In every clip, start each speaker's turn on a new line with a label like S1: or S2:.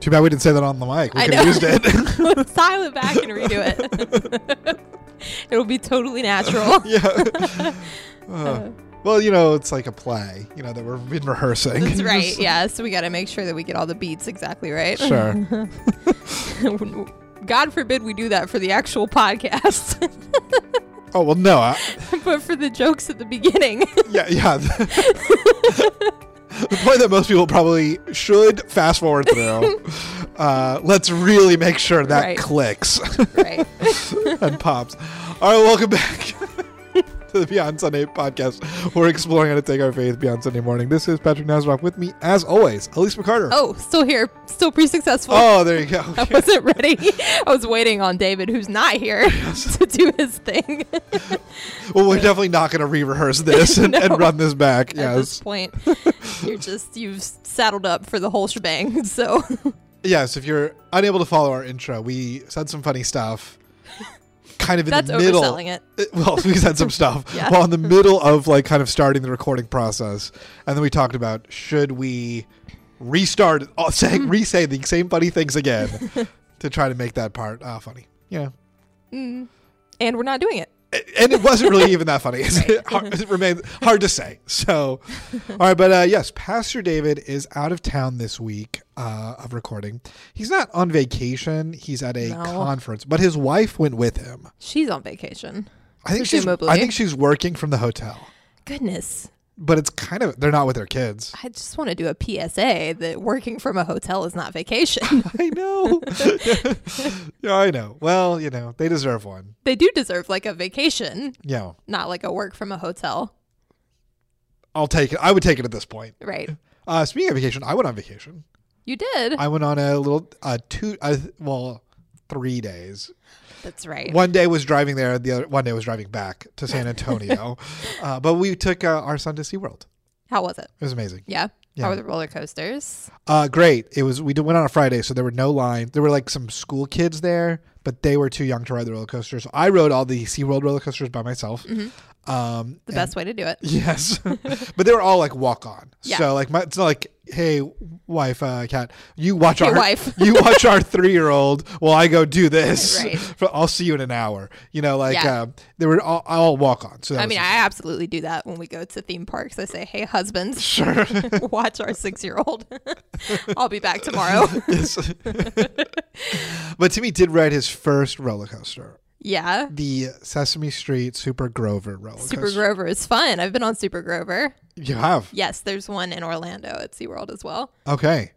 S1: Too bad we didn't say that on the mic. We
S2: I
S1: could have
S2: know.
S1: used it.
S2: Silent back and redo it. It'll be totally natural.
S1: yeah. Uh, well, you know, it's like a play, you know, that we've been rehearsing.
S2: That's right. Yeah. So we got to make sure that we get all the beats exactly right.
S1: Sure.
S2: God forbid we do that for the actual podcast,
S1: Oh, well, no. I,
S2: but for the jokes at the beginning.
S1: yeah, yeah. the point that most people probably should fast forward through. Uh, let's really make sure that
S2: Right.
S1: clicks
S2: right.
S1: and pops. All right, welcome back to the Beyond Sunday podcast. We're exploring how to take our faith beyond Sunday morning. This is Patrick Nasrock with me, as always, Elise McCarter.
S2: Oh, still here. Still pretty successful.
S1: Oh, there you go.
S2: I wasn't ready. I was waiting on David, who's not here, to do his thing
S1: Well, we're definitely not going to re-rehearse this and,
S2: No.
S1: and run this back.
S2: at this
S1: Yes,
S2: point. You're just, you've saddled up for the whole shebang. So,
S1: yes. If you're unable to follow our intro, we said some funny stuff, kind of in
S2: that's
S1: the middle.
S2: overselling it.
S1: Uh, Well, we said some stuff
S2: Yeah.
S1: while in the middle of like kind of starting the recording process, and then we talked about should we restart, uh, say,
S2: Mm-hmm.
S1: re-say the same funny things again to try to make that part uh, funny. Yeah.
S2: Mm-hmm. And we're not doing it.
S1: A- and it wasn't really even that funny. It's hard, it remains hard to say. So, all right, but uh, yes, Pastor David is out of town this week uh, of recording. He's not on vacation. He's at a
S2: No.
S1: conference, but his wife went with him.
S2: She's on vacation.
S1: I think she's. I
S2: Presumably.
S1: think she's working from the hotel,
S2: Goodness.
S1: but it's kind of they're not with their kids.
S2: I just want to do a PSA that working from a hotel is not vacation.
S1: I know. yeah, I know. Well, you know, they deserve one.
S2: they do deserve like a vacation,
S1: Yeah,
S2: not like a work from a hotel,
S1: I'll take it. I would take it at this point.
S2: right?
S1: Uh, speaking of vacation, I went on vacation.
S2: You did.
S1: I went on a little uh, two uh, well three days.
S2: That's right.
S1: One day was driving there, the other one day was driving back to San Antonio. uh, but we took uh, our son to SeaWorld.
S2: How was it?
S1: It was amazing.
S2: Yeah.
S1: Yeah.
S2: How were the roller coasters?
S1: Uh, great. It was. We did, went on a Friday, so there were no lines. There were like some school kids there, but they were too young to ride the roller coaster. So I rode all the SeaWorld roller coasters by myself. Um,
S2: The best way to do it.
S1: Yes, but they were all like walk on.
S2: Yeah.
S1: So like, my, it's not like, hey, wife, uh, cat, you watch
S2: Hey,
S1: our
S2: wife.
S1: you watch our three year old while I go do this.
S2: Right.
S1: I'll see you in an hour. You know, like
S2: Yeah.
S1: um, they were all, all walk on. So that
S2: I
S1: was-
S2: mean, I absolutely do that when we go to theme parks. I say, "Hey, husbands,
S1: sure.
S2: watch our six-year-old. I'll be back tomorrow."
S1: Yes. but Timmy did ride his first roller coaster,
S2: yeah,
S1: the Sesame Street Super Grover roller
S2: Super
S1: coaster.
S2: Grover is fun. I've been on Super Grover.
S1: you have
S2: Yes, there's one in Orlando at SeaWorld as well.
S1: okay.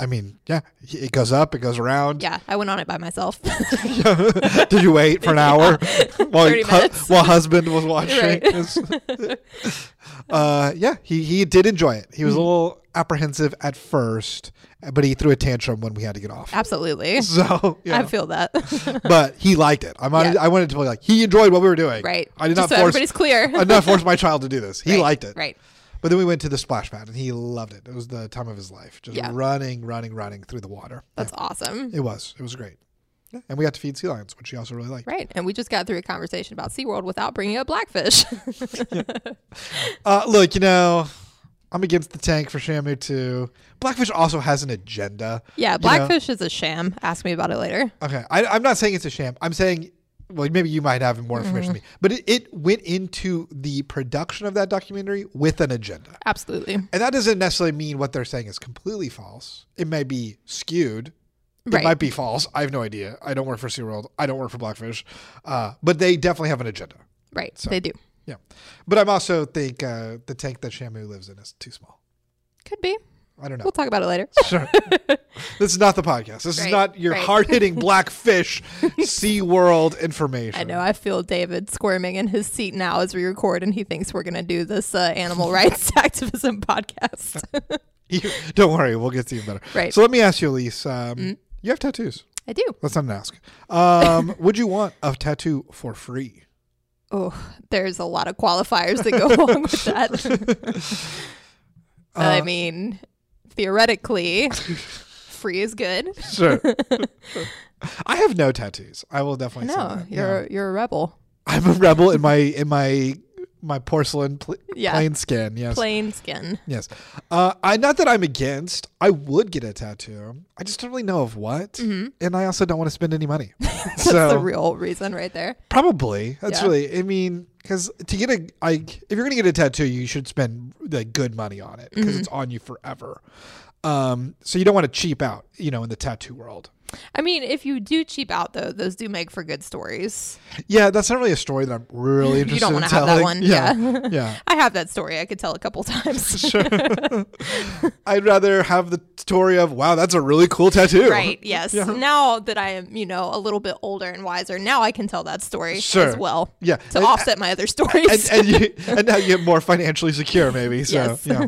S1: I mean, yeah, it goes up, it goes around.
S2: Yeah, I went on it by myself.
S1: Did you wait for an hour while,
S2: 30 minutes.
S1: while husband was watching?
S2: Right.
S1: Yes. uh, yeah, he, he did enjoy it. He was a
S2: Mm-hmm.
S1: little apprehensive at first, but he threw a tantrum when we had to get off.
S2: Absolutely.
S1: So, yeah.
S2: I feel that.
S1: but he liked it. I'm
S2: Yeah.
S1: I wanted to be like he enjoyed what we were doing.
S2: right.
S1: I did
S2: Just
S1: not
S2: so
S1: force.
S2: everybody's clear.
S1: I did not force my child to do this. He
S2: Right,
S1: liked it.
S2: Right.
S1: But then we went to the splash pad, and he loved it. It was the time of his life, just
S2: Yeah.
S1: running, running, running through the water.
S2: That's awesome.
S1: It was. It was great. Yeah. And we got to feed sea lions, which he also really liked.
S2: Right. And we just got through a conversation about SeaWorld without bringing up Blackfish.
S1: Uh, look, you know, I'm against the tank for Shamu too. Blackfish also has an agenda.
S2: yeah,
S1: You know-
S2: Blackfish is a sham. Ask me about it later.
S1: Okay, I, I'm not saying it's a sham. I'm saying, well, maybe you might have more information than me, but it, it went into the production of that documentary with an agenda.
S2: Absolutely.
S1: And that doesn't necessarily mean what they're saying is completely false. It may be skewed. It
S2: Right.
S1: might be false. I have no idea. I don't work for SeaWorld. I don't work for Blackfish. Uh, but they definitely have an agenda.
S2: Right. They do.
S1: Yeah. But I'm also think uh, the tank that Shamu lives in is too small.
S2: Could be.
S1: I don't know.
S2: We'll talk about it later.
S1: Sure. this is not the podcast. This is
S2: Right,
S1: not your
S2: right.
S1: hard hitting black fish sea world information.
S2: I know. I feel David squirming in his seat now as we record, and he thinks we're going to do this uh, animal rights activism podcast.
S1: You- don't worry, we'll get to even better.
S2: Right. Mm-hmm.
S1: So let me ask you, Elise. Um, You have tattoos.
S2: I do.
S1: That's not an ask. Um, would you want a tattoo for free?
S2: Oh, there's a lot of qualifiers that go along with that.
S1: Uh,
S2: I mean, theoretically, free is good.
S1: Sure. I have no tattoos. I will definitely. say
S2: No,
S1: that. Yeah.
S2: you're you're a rebel.
S1: I'm a rebel in my in my my porcelain pl-
S2: Yeah.
S1: plain skin. Yes.
S2: Plain skin.
S1: Yes. Uh, I not that I'm against. I would get a tattoo. I just don't really know of what, and I also don't want to spend any money.
S2: Mm-hmm. That's
S1: so
S2: the real reason right there.
S1: probably that's
S2: Yeah.
S1: really. I mean, because to get a like, if you're gonna get a tattoo, you should spend like good money on it
S2: Mm-hmm.
S1: because it's on you forever. Um, so you don't want to cheap out, you know, in the tattoo world.
S2: I mean, if you do cheap out though, those do make for good stories.
S1: Yeah, that's not really a story that I'm really
S2: You
S1: interested
S2: don't
S1: in
S2: want to have that
S1: telling.
S2: one. Yeah.
S1: yeah.
S2: I have that story. I could tell a couple times.
S1: Sure. I'd rather have the story of wow, that's a really cool tattoo.
S2: right. Yes. Now that I am, you know, a little bit older and wiser, now I can tell that story as
S1: Sure.
S2: well.
S1: Yeah.
S2: To
S1: And- uh,
S2: offset my other stories.
S1: and and, you, and now you get more financially secure, maybe. So
S2: Yes.
S1: yeah,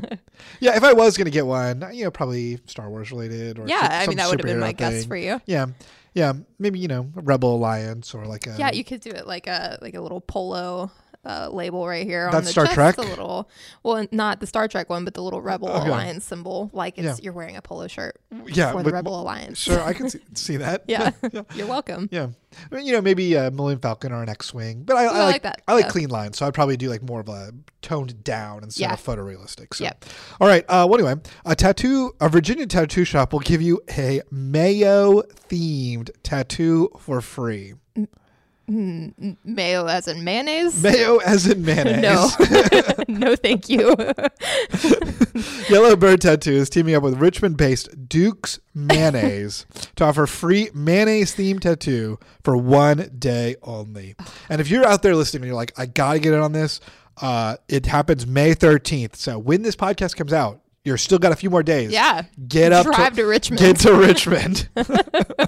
S1: yeah. If I was gonna get one, you know, probably Star Wars related or
S2: yeah.
S1: some-
S2: I
S1: some
S2: mean, that would have been
S1: superhero
S2: my guess
S1: thing.
S2: for you.
S1: Yeah, yeah. Maybe you know, Rebel Alliance or like a
S2: Yeah, you could do it like a like a little polo uh, label right here on
S1: That's
S2: the
S1: Star
S2: chest.
S1: Trek?
S2: The little, well, not the Star Trek one, but the little Rebel
S1: Okay.
S2: Alliance symbol. Like it's you're wearing a polo shirt
S1: yeah.
S2: for the
S1: but-
S2: Rebel Alliance.
S1: Sure, I can see, see that.
S2: yeah.
S1: yeah.
S2: You're welcome.
S1: Yeah, I mean, you know, maybe a Millennium Falcon or an X-wing, but I, I
S2: I
S1: like,
S2: like that,
S1: I like
S2: yeah.
S1: clean lines, so I'd probably do like more of a toned down instead
S2: Yeah.
S1: of photorealistic. So.
S2: Yep.
S1: All right. Uh, well, anyway, a tattoo, a Virginia tattoo shop will give you a mayo-themed tattoo for free.
S2: Mayo as in mayonnaise?
S1: Mayo as in mayonnaise.
S2: no. no, thank you.
S1: Yellow Bird Tattoo is teaming up with Richmond-based Duke's Mayonnaise to offer free mayonnaise-themed tattoo for one day only. And if you're out there listening and you're like, I gotta get in on this, uh, it happens May 13th. So when this podcast comes out, you're still got a few more days.
S2: yeah.
S1: Get up.
S2: Drive
S1: to-
S2: to Richmond
S1: Get to Richmond.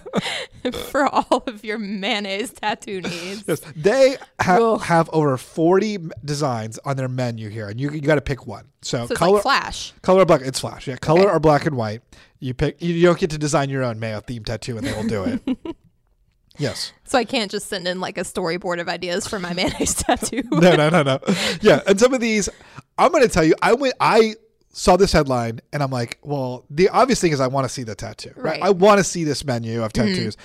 S2: for all of your mayonnaise tattoo needs.
S1: Yes. They ha-
S2: Ugh.
S1: have over 40 m- designs on their menu here, and you, you got to pick one. So,
S2: So it's
S1: color,
S2: like Flash.
S1: Color or black? It's flash. Yeah, color or black and white. You pick. You, you don't get to design your own mayo themed tattoo, and they will do it. yes.
S2: So I can't just send in like a storyboard of ideas for my mayonnaise tattoo.
S1: No. No. No. No. Yeah. And some of these, I'm going to tell you. I went. I saw this headline, and I'm like, well, the obvious thing is I want to see the tattoo. Right.
S2: Right. Mm-hmm.
S1: I want to see this menu of tattoos.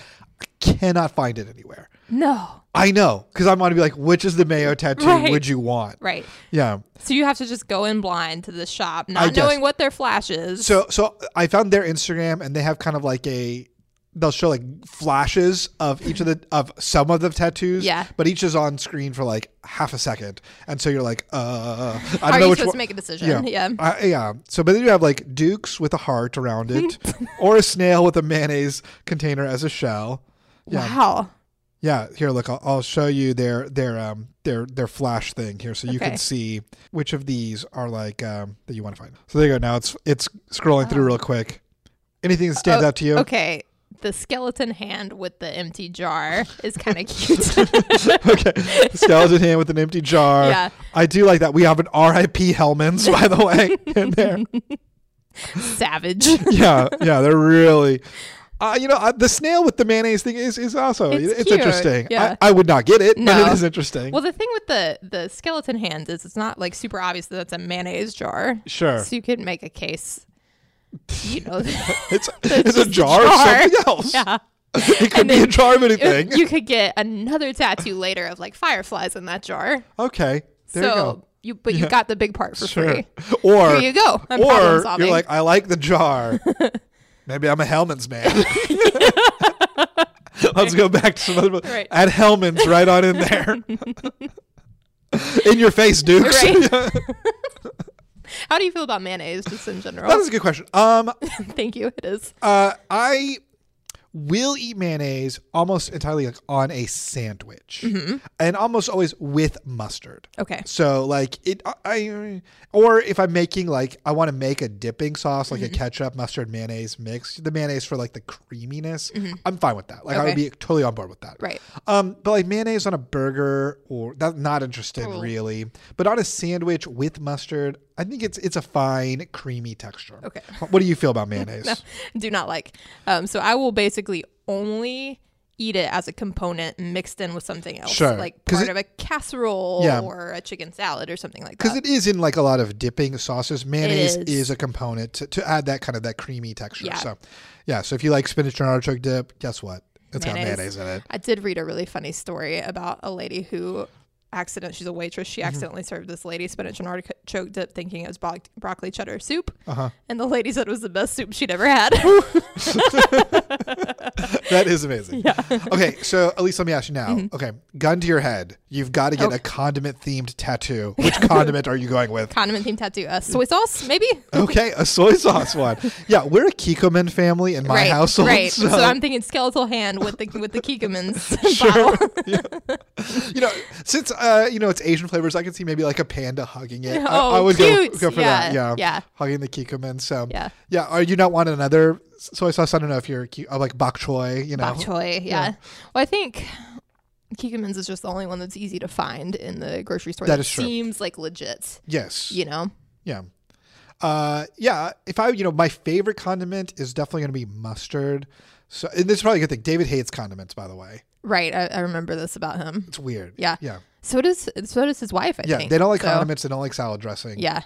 S1: I cannot find it anywhere.
S2: no.
S1: I know because I'm going to be like, which is the mayo tattoo
S2: Right.
S1: would you want?
S2: Right.
S1: Yeah.
S2: So you have to just go in blind to the shop,
S1: I
S2: not
S1: guess.
S2: knowing what their flash is.
S1: So so I found their Instagram and they have kind of like a they'll show like flashes of each of the of some of the tattoos.
S2: Yeah.
S1: But each is on screen for like half a second. And so you're like, uh I don't
S2: Are
S1: know
S2: you
S1: which
S2: supposed
S1: one.
S2: to make a decision? Yeah.
S1: I- yeah. So, but then you have like Dukes with a heart around it, or a snail with a mayonnaise container as a shell. Yeah.
S2: Wow.
S1: Yeah. Here, look, I'll, I'll show you their their um their their flash thing here, so you
S2: Okay.
S1: can see which of these are like um that you want to find. So there you go. Now it's it's scrolling through real quick. Anything that stands
S2: Um, Oh,
S1: out to you?
S2: Okay. The skeleton hand with the empty jar is kind of cute.
S1: okay. Skeleton hand with an empty jar.
S2: Yeah.
S1: I do like that. We have an R.I.P. Hellman's, by the way, in there.
S2: Savage.
S1: Yeah. Yeah. They're really. Uh, you know, uh, the snail with the mayonnaise thing is, is also
S2: It's
S1: it's,
S2: cute,
S1: interesting.
S2: yeah.
S1: I, I would not get it, but
S2: No.
S1: it is interesting.
S2: Well, the thing with the the skeleton hand is it's not like super obvious that that's a mayonnaise jar.
S1: sure.
S2: So you could make a case. You know,
S1: It's, it's a
S2: just a
S1: jar,
S2: jar.
S1: of something else.
S2: yeah.
S1: It could
S2: And
S1: be a
S2: then-
S1: jar of anything.
S2: You could get another tattoo later of like fireflies in that jar.
S1: Okay. There
S2: so you, but you got the big part for
S1: you go. Sure.
S2: free.
S1: Or
S2: Here you go. I'm problem
S1: or
S2: solving.
S1: you're like, I like the jar. Maybe I'm a Hellman's man. Let's go back to some other.
S2: Right.
S1: Add Hellman's right on in there. in your face, Dukes.
S2: Right. How do you feel about mayonnaise just in
S1: That
S2: general?
S1: is a good question. Um,
S2: Thank you. It is.
S1: uh, I will eat mayonnaise almost entirely like on a sandwich,
S2: Mm-hmm.
S1: and almost always with mustard.
S2: Okay.
S1: So like it, I- I or if I'm making like I want to make a dipping sauce like
S2: Mm-hmm.
S1: a ketchup mustard mayonnaise mix, the mayonnaise for like the creaminess, I'm fine with that. Like I would
S2: Mm-hmm. Okay.
S1: be totally on board with that.
S2: Right.
S1: Um, but like mayonnaise on a burger or that's not interested
S2: Oh.
S1: really. But on a sandwich with mustard, I think it's it's a fine creamy texture.
S2: Okay.
S1: What do you feel about mayonnaise?
S2: do not like. Um, so I will basically only eat it as a component mixed in with something else,
S1: Sure.
S2: like
S1: 'Cause
S2: part
S1: it-
S2: of a casserole
S1: Yeah.
S2: or a chicken salad or something like
S1: Because
S2: that.
S1: it is in like a lot of dipping sauces. Mayonnaise is.
S2: is.
S1: a component to, to add that kind of that creamy texture.
S2: Yeah.
S1: So, yeah. So if you like spinach and artichoke dip, guess what? It's got
S2: Mayonnaise.
S1: mayonnaise in it.
S2: I did read a really funny story about a lady who accident. She's a waitress.
S1: Mm-hmm.
S2: She accidentally served this lady spinach and artichoke dip, thinking it was bro- broccoli cheddar soup.
S1: Uh-huh.
S2: And the lady said it was the best soup she'd ever had.
S1: That is amazing. Okay, so at least let me ask you now.
S2: Mm-hmm.
S1: Okay, gun to your head. You've got to get
S2: Oh.
S1: a condiment themed tattoo. Which condiment are you going with?
S2: Condiment themed tattoo. Uh, soy sauce, maybe.
S1: Okay, a soy sauce one. Yeah, we're a Kikoman family in my
S2: right.
S1: household.
S2: Right. So.
S1: So,
S2: I'm thinking skeletal hand with the with the Kikkoman's
S1: Sure.
S2: bottle.
S1: you know, since uh, you know it's Asian flavors, I can see maybe like a panda hugging it.
S2: Oh,
S1: I, I would
S2: cute.
S1: Go, go for that.
S2: Yeah,
S1: Yeah,
S2: yeah.
S1: Hugging the Kikoman. So
S2: Yeah.
S1: yeah. Are you not want another soy sauce? I don't know if you're Ki- uh, like bok choy. You know,
S2: Bok choy. Yeah. Well, I think Kikkoman's is just the only one that's easy to find in the grocery store.
S1: That is true.
S2: Seems like legit.
S1: yes.
S2: You know.
S1: Yeah. Uh, yeah. If I, you know, my favorite condiment is definitely going to be mustard. So, and this is probably a good thing. David hates condiments, by the way.
S2: Right. I, I remember this about him.
S1: It's weird.
S2: Yeah.
S1: Yeah.
S2: So does so does his wife. I
S1: Yeah.
S2: think.
S1: They don't like
S2: So,
S1: condiments. They don't like salad dressing.
S2: Yeah.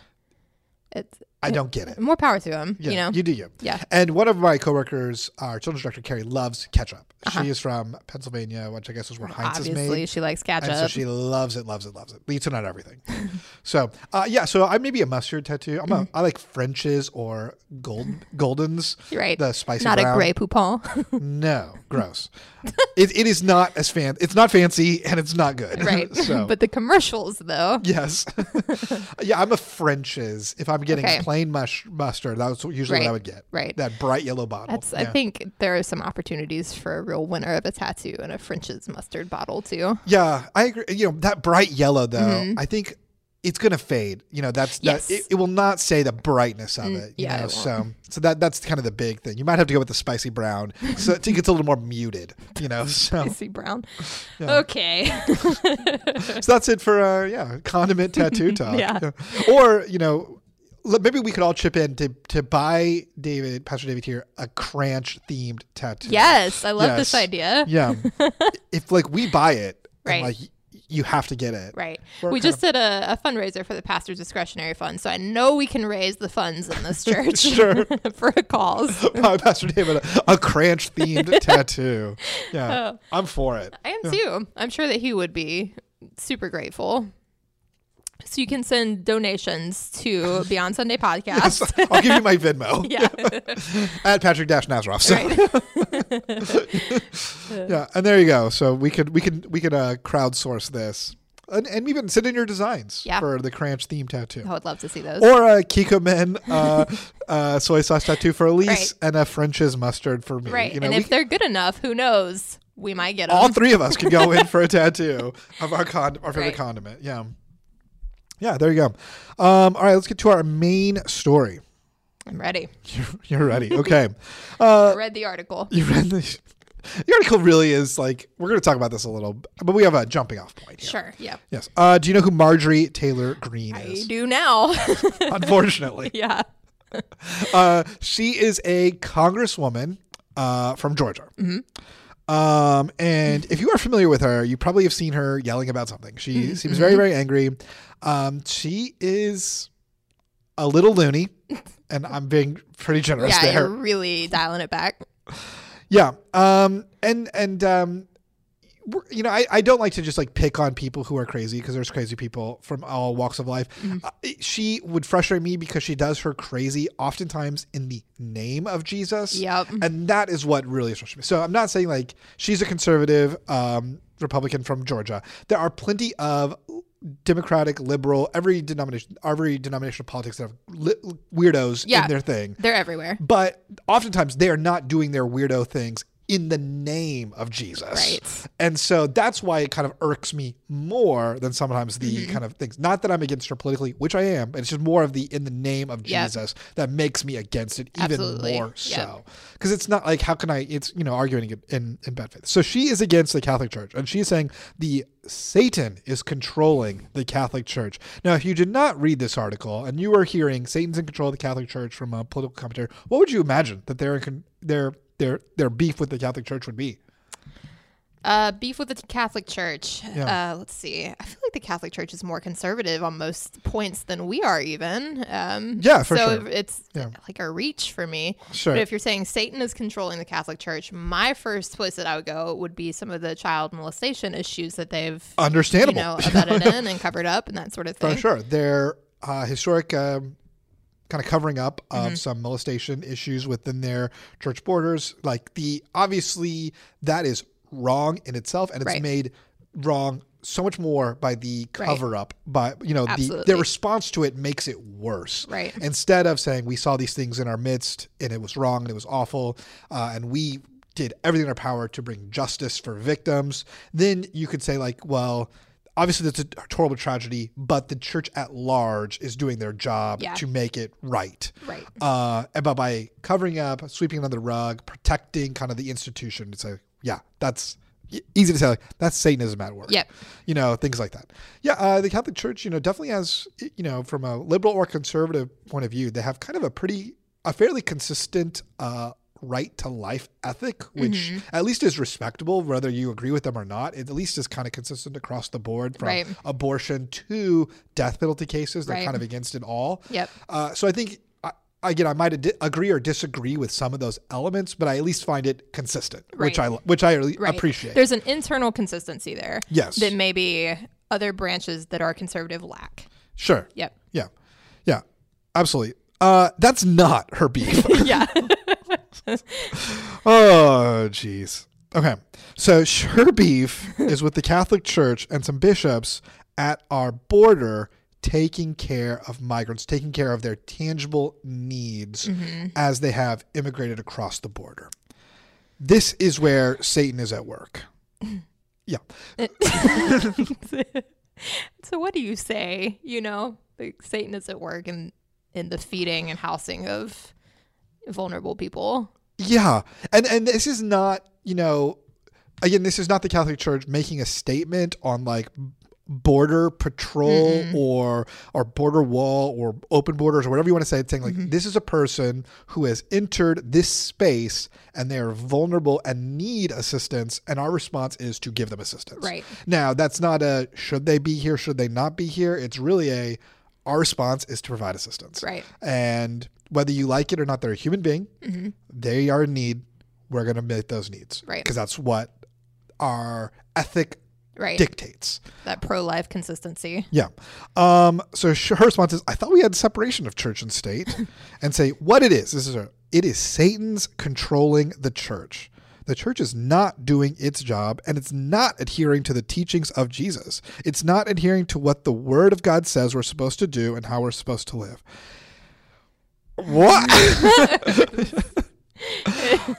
S2: It's
S1: I don't get it.
S2: more power to him.
S1: Yeah,
S2: You know.
S1: you do you.
S2: Yeah.
S1: And one of my coworkers, our children's director, Carrie, loves ketchup. She is from Pennsylvania, which I guess is where Heinz is
S2: Uh-huh. Obviously,
S1: made.
S2: she likes
S1: And so
S2: ketchup.
S1: she loves it, loves it, loves it. Eats it on everything. so uh, yeah, so I maybe a mustard tattoo. I'm
S2: Mm-hmm.
S1: a, I like French's or gold goldens.
S2: You're right.
S1: The spicy
S2: Not a
S1: brown.
S2: gray poupon.
S1: No, gross. it, it is not as fan. It's not fancy and it's not good.
S2: right.
S1: so
S2: but the commercials though.
S1: yes, yeah, I'm a French's. If I'm getting
S2: Okay.
S1: plain mush mustard, that's usually
S2: Right,
S1: what I would get.
S2: right.
S1: That bright yellow bottle.
S2: That's, I
S1: Yeah.
S2: think there are some opportunities for a real winner of a tattoo and a French's mustard bottle too.
S1: Yeah, I agree. You know that bright yellow though. I think it's gonna fade. You know that's
S2: Mm-hmm. Yes. Mm,
S1: that, it, it will not say the brightness of it. You
S2: yeah,
S1: know?
S2: it
S1: so so that that's kind of the big thing. You might have to go with the spicy brown. So it gets a little more muted. You know. So
S2: Icy brown. Okay.
S1: so that's it for uh yeah condiment tattoo talk.
S2: Yeah.
S1: Or you know. l- Maybe we could all chip in to, to buy David, Pastor David here, a cranch themed tattoo.
S2: yes, I love this
S1: Yes.
S2: idea.
S1: Yeah. if like we buy it,
S2: Right.
S1: and, like y- you have to get it.
S2: Right.
S1: We're
S2: we
S1: kind
S2: just did a, a fundraiser for the pastor's discretionary fund, so I know we can raise the funds in this church
S1: Sure.
S2: for a cause.
S1: by Pastor David a, a cranch themed tattoo. Yeah,
S2: Oh.
S1: I'm for it.
S2: I am too. I'm sure that he would be super grateful. So you can send donations to Beyond Sunday Podcast.
S1: I'll give you my Venmo
S2: Yeah.
S1: at Patrick Dash Nazaroff. So. yeah, and there you go. So we could we could we could uh, crowdsource this, and, and even send in your designs
S2: Yeah.
S1: for the cranch themed tattoo.
S2: I would love to see those.
S1: Or a Kikomen uh, uh, soy sauce tattoo for Elise
S2: Right.
S1: and a French's mustard for me.
S2: Right.
S1: You know,
S2: and
S1: we
S2: if they're good enough, who knows? We might get
S1: all
S2: them.
S1: three of us could go in for a tattoo of our con- our favorite
S2: Right.
S1: condiment. Yeah. Yeah, there you go. Um, all right, let's get to our main story.
S2: I'm ready.
S1: You're ready. Okay. Uh,
S2: I read the article.
S1: you read the, the article really is like we're going to talk about this a little, but we have a jumping off point here.
S2: Sure. Yeah.
S1: Yes. Uh, do you know who Marjorie Taylor Greene
S2: I
S1: is?
S2: do now.
S1: Unfortunately,
S2: yeah.
S1: uh, she is a congresswoman uh, from Georgia.
S2: Mm-hmm.
S1: Um, and if you are familiar with her, you probably have seen her yelling about something. She
S2: Mm-hmm,
S1: seems very, very angry. Um, she is a little loony, and I'm being pretty generous
S2: Yeah.
S1: there.
S2: You're really dialing it back.
S1: Yeah. Um. And and um, we're- you know, I, I don't like to just like pick on people who are crazy because there's crazy people from all walks of life.
S2: Mm-hmm.
S1: Uh, it- she would frustrate me because she does her crazy oftentimes in the name of Jesus.
S2: Yep.
S1: And that is what really frustrates me. So I'm not saying like she's a conservative um, Republican from Georgia. There are plenty of Democratic, liberal, every denomination, every denomination of politics that have li- weirdos
S2: Yeah.
S1: in their thing
S2: They're everywhere.
S1: but oftentimes they are not doing their weirdo things in the name of Jesus.
S2: Right.
S1: And so that's why it kind of irks me more than sometimes the
S2: Mm-hmm.
S1: kind of things. Not that I'm against her politically, which I am, but it's just more of the in the name of
S2: Yep.
S1: Jesus that makes me against it even
S2: Absolutely.
S1: more
S2: Yep.
S1: so. Because it's not like how can I it's you know arguing it in, in bad faith. So she is against the Catholic Church and she's saying the Satan is controlling the Catholic Church. Now if you did not read this article and you were hearing Satan's in control of the Catholic Church from a political commentary, what would you imagine that their con- their their their beef with the Catholic Church would be?
S2: Uh, beef with the Catholic Church.
S1: Yeah.
S2: Uh, let's see. I feel like the Catholic Church is more conservative on most points than we are, even. Um,
S1: Yeah, for
S2: so
S1: sure.
S2: it's
S1: Yeah.
S2: like a reach for me.
S1: Sure.
S2: But if you're saying Satan is controlling the Catholic Church, my first place that I would go would be some of the child molestation issues that they've you
S1: Understandable.
S2: know abetted in and covered up and that sort of
S1: For
S2: thing.
S1: sure. Their uh, historic um, kind of covering up of
S2: Mm-hmm.
S1: some molestation issues within their church borders. Like the obviously that is wrong in itself, and it's
S2: Right.
S1: made wrong so much more by the
S2: Right.
S1: cover up. By you know the,
S2: Absolutely.
S1: their response to it makes it worse.
S2: Right.
S1: Instead of saying we saw these things in our midst and it was wrong and it was awful, uh, and we did everything in our power to bring justice for victims, then you could say like, well. Obviously, that's a horrible tragedy, but the church at large is doing their job
S2: Yeah.
S1: to make it right.
S2: Right.
S1: Uh, and but by covering up, sweeping under the rug, protecting kind of the institution, it's like, yeah, that's e- easy to say. Like, that's Satanism at work.
S2: Yep.
S1: You know, things like that. Yeah, uh, the Catholic Church, you know, definitely has, you know, from a liberal or conservative point of view, they have kind of a pretty, a fairly consistent uh, right to life ethic, which
S2: Mm-hmm.
S1: at least is respectable, whether you agree with them or not. It at least is kind of consistent across the board from
S2: Right.
S1: abortion to death penalty cases. They're
S2: Right.
S1: kind of against it all.
S2: Yep.
S1: Uh, so I think, I, again, I might di- agree or disagree with some of those elements, but I at least find it consistent, which
S2: Right.
S1: I which I really
S2: Right.
S1: appreciate.
S2: There's an internal consistency there.
S1: Yes.
S2: That maybe other branches that are conservative lack.
S1: sure.
S2: Yep.
S1: Yeah. Yeah. Absolutely. Uh, that's not her beef.
S2: yeah.
S1: oh, jeez. Okay. So her beef is with the Catholic Church and some bishops at our border taking care of migrants, taking care of their tangible needs as they have immigrated across the border. This is where Satan is at work. Yeah.
S2: so what do you say? You know, like Satan is at work in in the feeding and housing of vulnerable people.
S1: Yeah, and and this is not you know, again, this is not the Catholic Church making a statement on like b- border patrol or or border wall or open borders or whatever you want to say. It's saying like this is a person who has entered this space and they are vulnerable and need assistance, and our response is to give them assistance.
S2: Right.
S1: now, that's not a should they be here, should they not be here. It's really a our response is to provide assistance.
S2: Right.
S1: And whether you like it or not, they're a human being. They are in need. We're going to meet those needs.
S2: Right.
S1: Because that's what our ethic
S2: Right.
S1: dictates.
S2: That pro life consistency.
S1: Yeah. Um, so sh- her response is I thought we had separation of church and state and say what it is. This is her. It is Satan's controlling the church. The church is not doing its job and it's not adhering to the teachings of Jesus. It's not adhering to what the word of God says we're supposed to do and how we're supposed to live. What?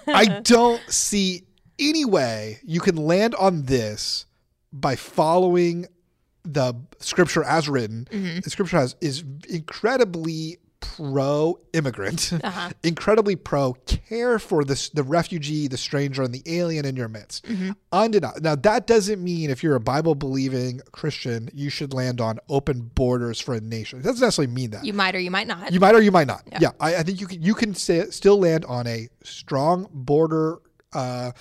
S1: I don't see any way you can land on this by following the scripture as written. The scripture has is incredibly pro immigrant, incredibly pro care for this the refugee, the stranger, and the alien in your midst. Undeniable. Now that doesn't mean if you're a Bible believing Christian, you should land on open borders for a nation. It doesn't necessarily mean that.
S2: You might or you might not.
S1: Uh, You might or you might not. Yeah, I, I think you can you can say, still land on a strong border, uh,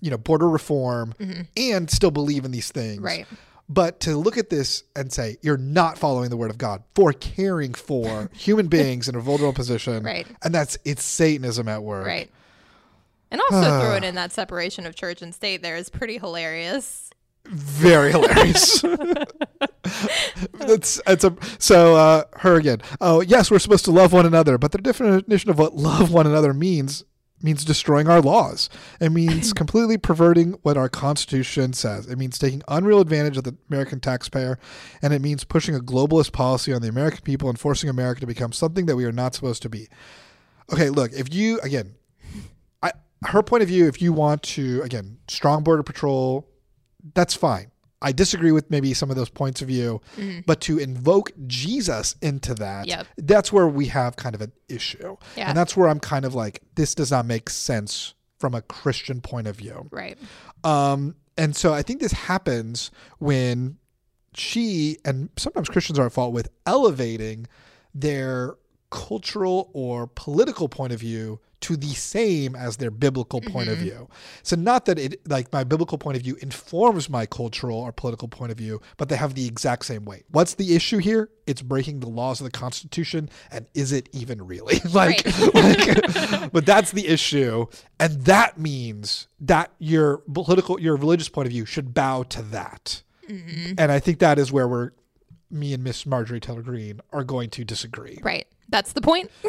S1: you know, border reform, and still believe in these things.
S2: Mm-hmm. Right.
S1: But to look at this and say you're not following the word of God for caring for human beings in a vulnerable position,
S2: Right.
S1: And that's it's Satanism at work.
S2: Right. And also throwing in that separation of church and state there is pretty hilarious.
S1: very hilarious. That's it's a so uh, her again. Oh yes, we're supposed to love one another, but the definition of what love one another means means destroying our laws. It means completely perverting what our Constitution says. It means taking unreal advantage of the American taxpayer, and it means pushing a globalist policy on the American people and forcing America to become something that we are not supposed to be. Okay, look, if you again, I her point of view. If you want to again, strong border patrol, that's fine. I disagree with maybe some of those points of view, but to invoke Jesus into that,
S2: Mm-hmm. Yep.
S1: that's where we have kind of an issue.
S2: Yeah.
S1: And that's where I'm kind of like, this does not make sense from a Christian point of view.
S2: Right.
S1: Um, and so I think this happens when she and sometimes Christians are at fault with elevating their cultural or political point of view to the same as their biblical point of view. So not that it like my biblical point of view informs my cultural or political point of view, but they have the exact same weight. What's the issue here? It's breaking the laws of the Constitution, and is it even really like? like but that's the issue, and that means that your political, your religious point of view should bow to that. And I think that is where we're, me and Miss Marjorie Taylor Greene are going to disagree.
S2: Right. That's the point.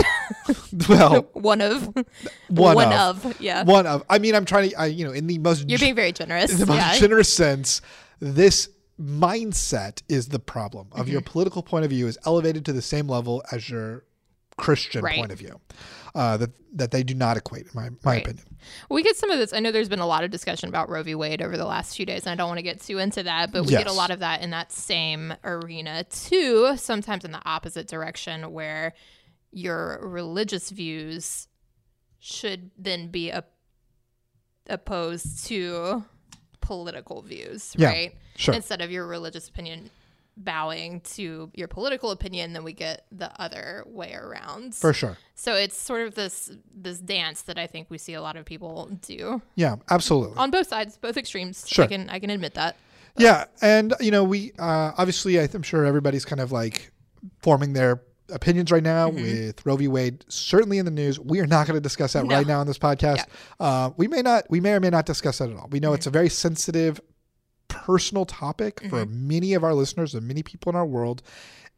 S1: Well,
S2: one of.
S1: one,
S2: One
S1: of,
S2: of, yeah.
S1: one of. I mean, I'm trying to, I, you know, in the most,
S2: You're being very generous.
S1: in the most
S2: yeah.
S1: generous sense, this mindset is the problem. Of
S2: Mm-hmm.
S1: your political point of view is elevated to the same level as your Christian
S2: Right.
S1: point of view. Uh, that that they do not equate, in my my
S2: Right.
S1: opinion.
S2: We get some of this. I know there's been a lot of discussion about Roe v. Wade over the last few days, and I don't want to get too into that, but we get a
S1: Yes.
S2: lot of that in that same arena too, sometimes in the opposite direction where your religious views should then be op- opposed to political views,
S1: Yeah,
S2: right?
S1: sure.
S2: Instead of your religious opinion bowing to your political opinion, then we get the other way around.
S1: For sure.
S2: So it's sort of this this dance that I think we see a lot of people do
S1: Yeah, absolutely.
S2: on both sides, both extremes.
S1: Sure.
S2: I can I can admit that.
S1: Yeah, and you know, we uh, obviously, I th- I'm sure everybody's kind of like forming their opinions right now with Roe v. Wade certainly in the news. We are not going to discuss that
S2: No.
S1: right now on this podcast. Uh, we may not, we may or may not discuss that at all. We know it's a very sensitive, personal topic for many of our listeners and many people in our world,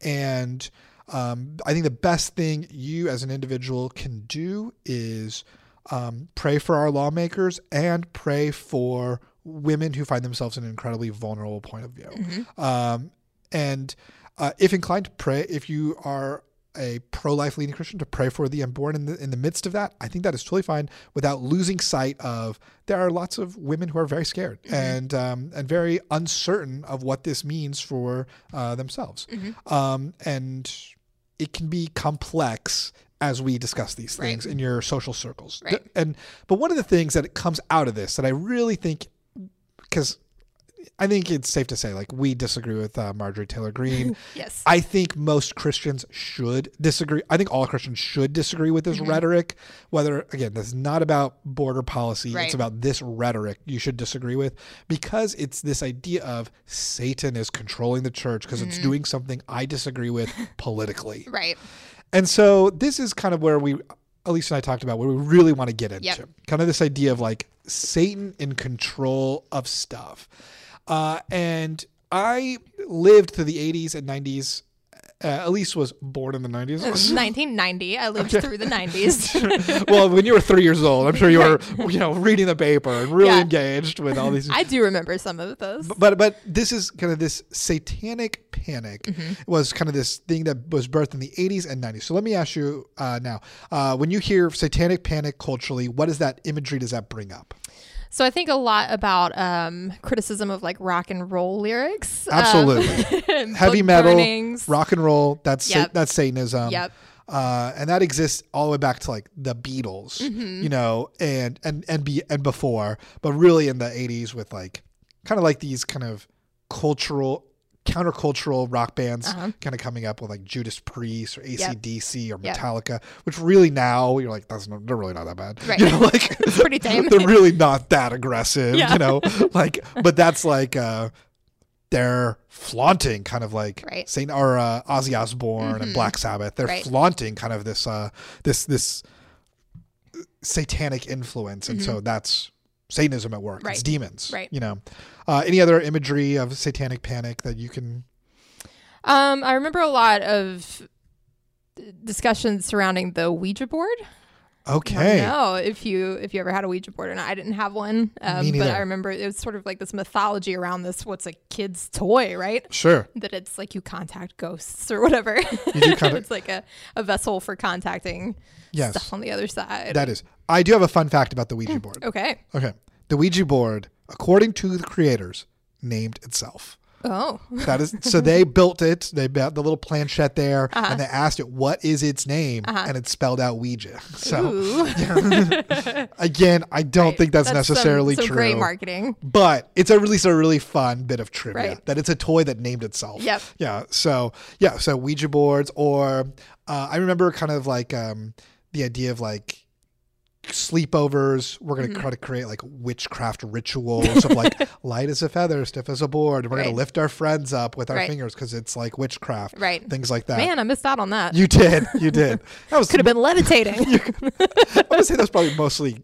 S1: and um, I think the best thing you as an individual can do is um, pray for our lawmakers and pray for women who find themselves in an incredibly vulnerable point of view. Um, and uh, if inclined to pray, if you are a pro-life leading Christian, to pray for the unborn in the in the midst of that, I think that is totally fine without losing sight of there are lots of women who are very scared
S2: Mm-hmm.
S1: and um, and very uncertain of what this means for uh, themselves.
S2: Mm-hmm.
S1: Um, and it can be complex as we discuss these
S2: Right.
S1: things in your social circles.
S2: Right.
S1: And but one of the things that it comes out of this that I really think because I think it's safe to say like we disagree with uh, Marjorie Taylor Greene.
S2: Yes.
S1: I think most Christians should disagree. I think all Christians should disagree with this
S2: Mm-hmm.
S1: rhetoric. Whether again, this is not about border policy.
S2: Right.
S1: It's about this rhetoric you should disagree with because it's this idea of Satan is controlling the church because
S2: Mm-hmm.
S1: it's doing something I disagree with politically.
S2: right.
S1: And so this is kind of where we, Elise and I talked about, where we really want to get into
S2: Yep.
S1: kind of this idea of like Satan in control of stuff. Uh, and I lived through the 80s and 90s. Uh, Elise was born in the 90s.
S2: 1990. I lived through the 90s.
S1: well, when you were three years old, I'm sure you were, you know, reading the paper and really
S2: Yeah.
S1: engaged with all these
S2: I do remember some of those.
S1: but but this is kind of this satanic panic was kind of this thing that was birthed in the 80s and 90s so let me ask you uh, now uh, when you hear satanic panic culturally what is that imagery does that bring up
S2: So I think a lot about um, criticism of like rock and roll lyrics. um,
S1: Absolutely.
S2: book
S1: heavy metal
S2: burnings.
S1: rock and roll that's sa-
S2: Yep.
S1: that's satanism
S2: Yep.
S1: uh, and that exists all the way back to like the Beatles,
S2: Mm-hmm.
S1: you know, and and and be and before, but really in the '80s with like kind of like these kind of cultural countercultural rock bands kind of coming up with like Judas Priest or ACDC or
S2: Uh-huh. Yep.
S1: Metallica, which really now you're like that's not, they're really not that bad,
S2: Right.
S1: you know, like
S2: It's pretty tame.
S1: they're really not that aggressive,
S2: Yeah.
S1: you know, like but that's like uh they're flaunting kind of like
S2: Right. Mm-hmm.
S1: Saint or uh, Ozzy Osbourne and Black Sabbath. They're
S2: Right.
S1: flaunting kind of this uh this this satanic influence, and so that's Satanism at work. It's
S2: Mm-hmm. Right.
S1: demons,
S2: Right.
S1: You know, uh, any other imagery of satanic panic that you can?
S2: Um, I remember a lot of discussions surrounding the Ouija board.
S1: Okay,
S2: No, if you if you ever had a Ouija board or not, I didn't have one, um, but
S1: neither.
S2: I remember it was sort of like this mythology around this. What's a kid's toy, right?
S1: sure.
S2: That it's like you contact ghosts or whatever.
S1: do contact-
S2: it's like a, a vessel for contacting
S1: Yes.
S2: stuff Hmm. on the other side.
S1: That is. I do have a fun fact about the Ouija board.
S2: okay.
S1: Okay, the Ouija board, according to the creators, named itself.
S2: Oh,
S1: That is so they built it. They built the little planchette there,
S2: Uh-huh.
S1: and they asked it, "What is its name?" And it spelled out Ouija. So
S2: Ooh.
S1: again, I don't think that's,
S2: That's some-
S1: necessarily
S2: some
S1: true.
S2: Great marketing.
S1: But it's a release a really fun bit of trivia
S2: Right.
S1: that it's a toy that named itself.
S2: Yep.
S1: Yeah. So yeah. So Ouija boards, or uh, I remember kind of like um, the idea of like sleepovers. We're
S2: Mm-hmm.
S1: gonna try to create like witchcraft rituals of like light as a feather, stiff as a board. We're
S2: Right.
S1: gonna lift our friends up with our
S2: Right.
S1: fingers because it's like witchcraft.
S2: Right.
S1: Things like that.
S2: Man, I missed out on that.
S1: You did. You did. That was
S2: Could have been levitating.
S1: I would say that's probably mostly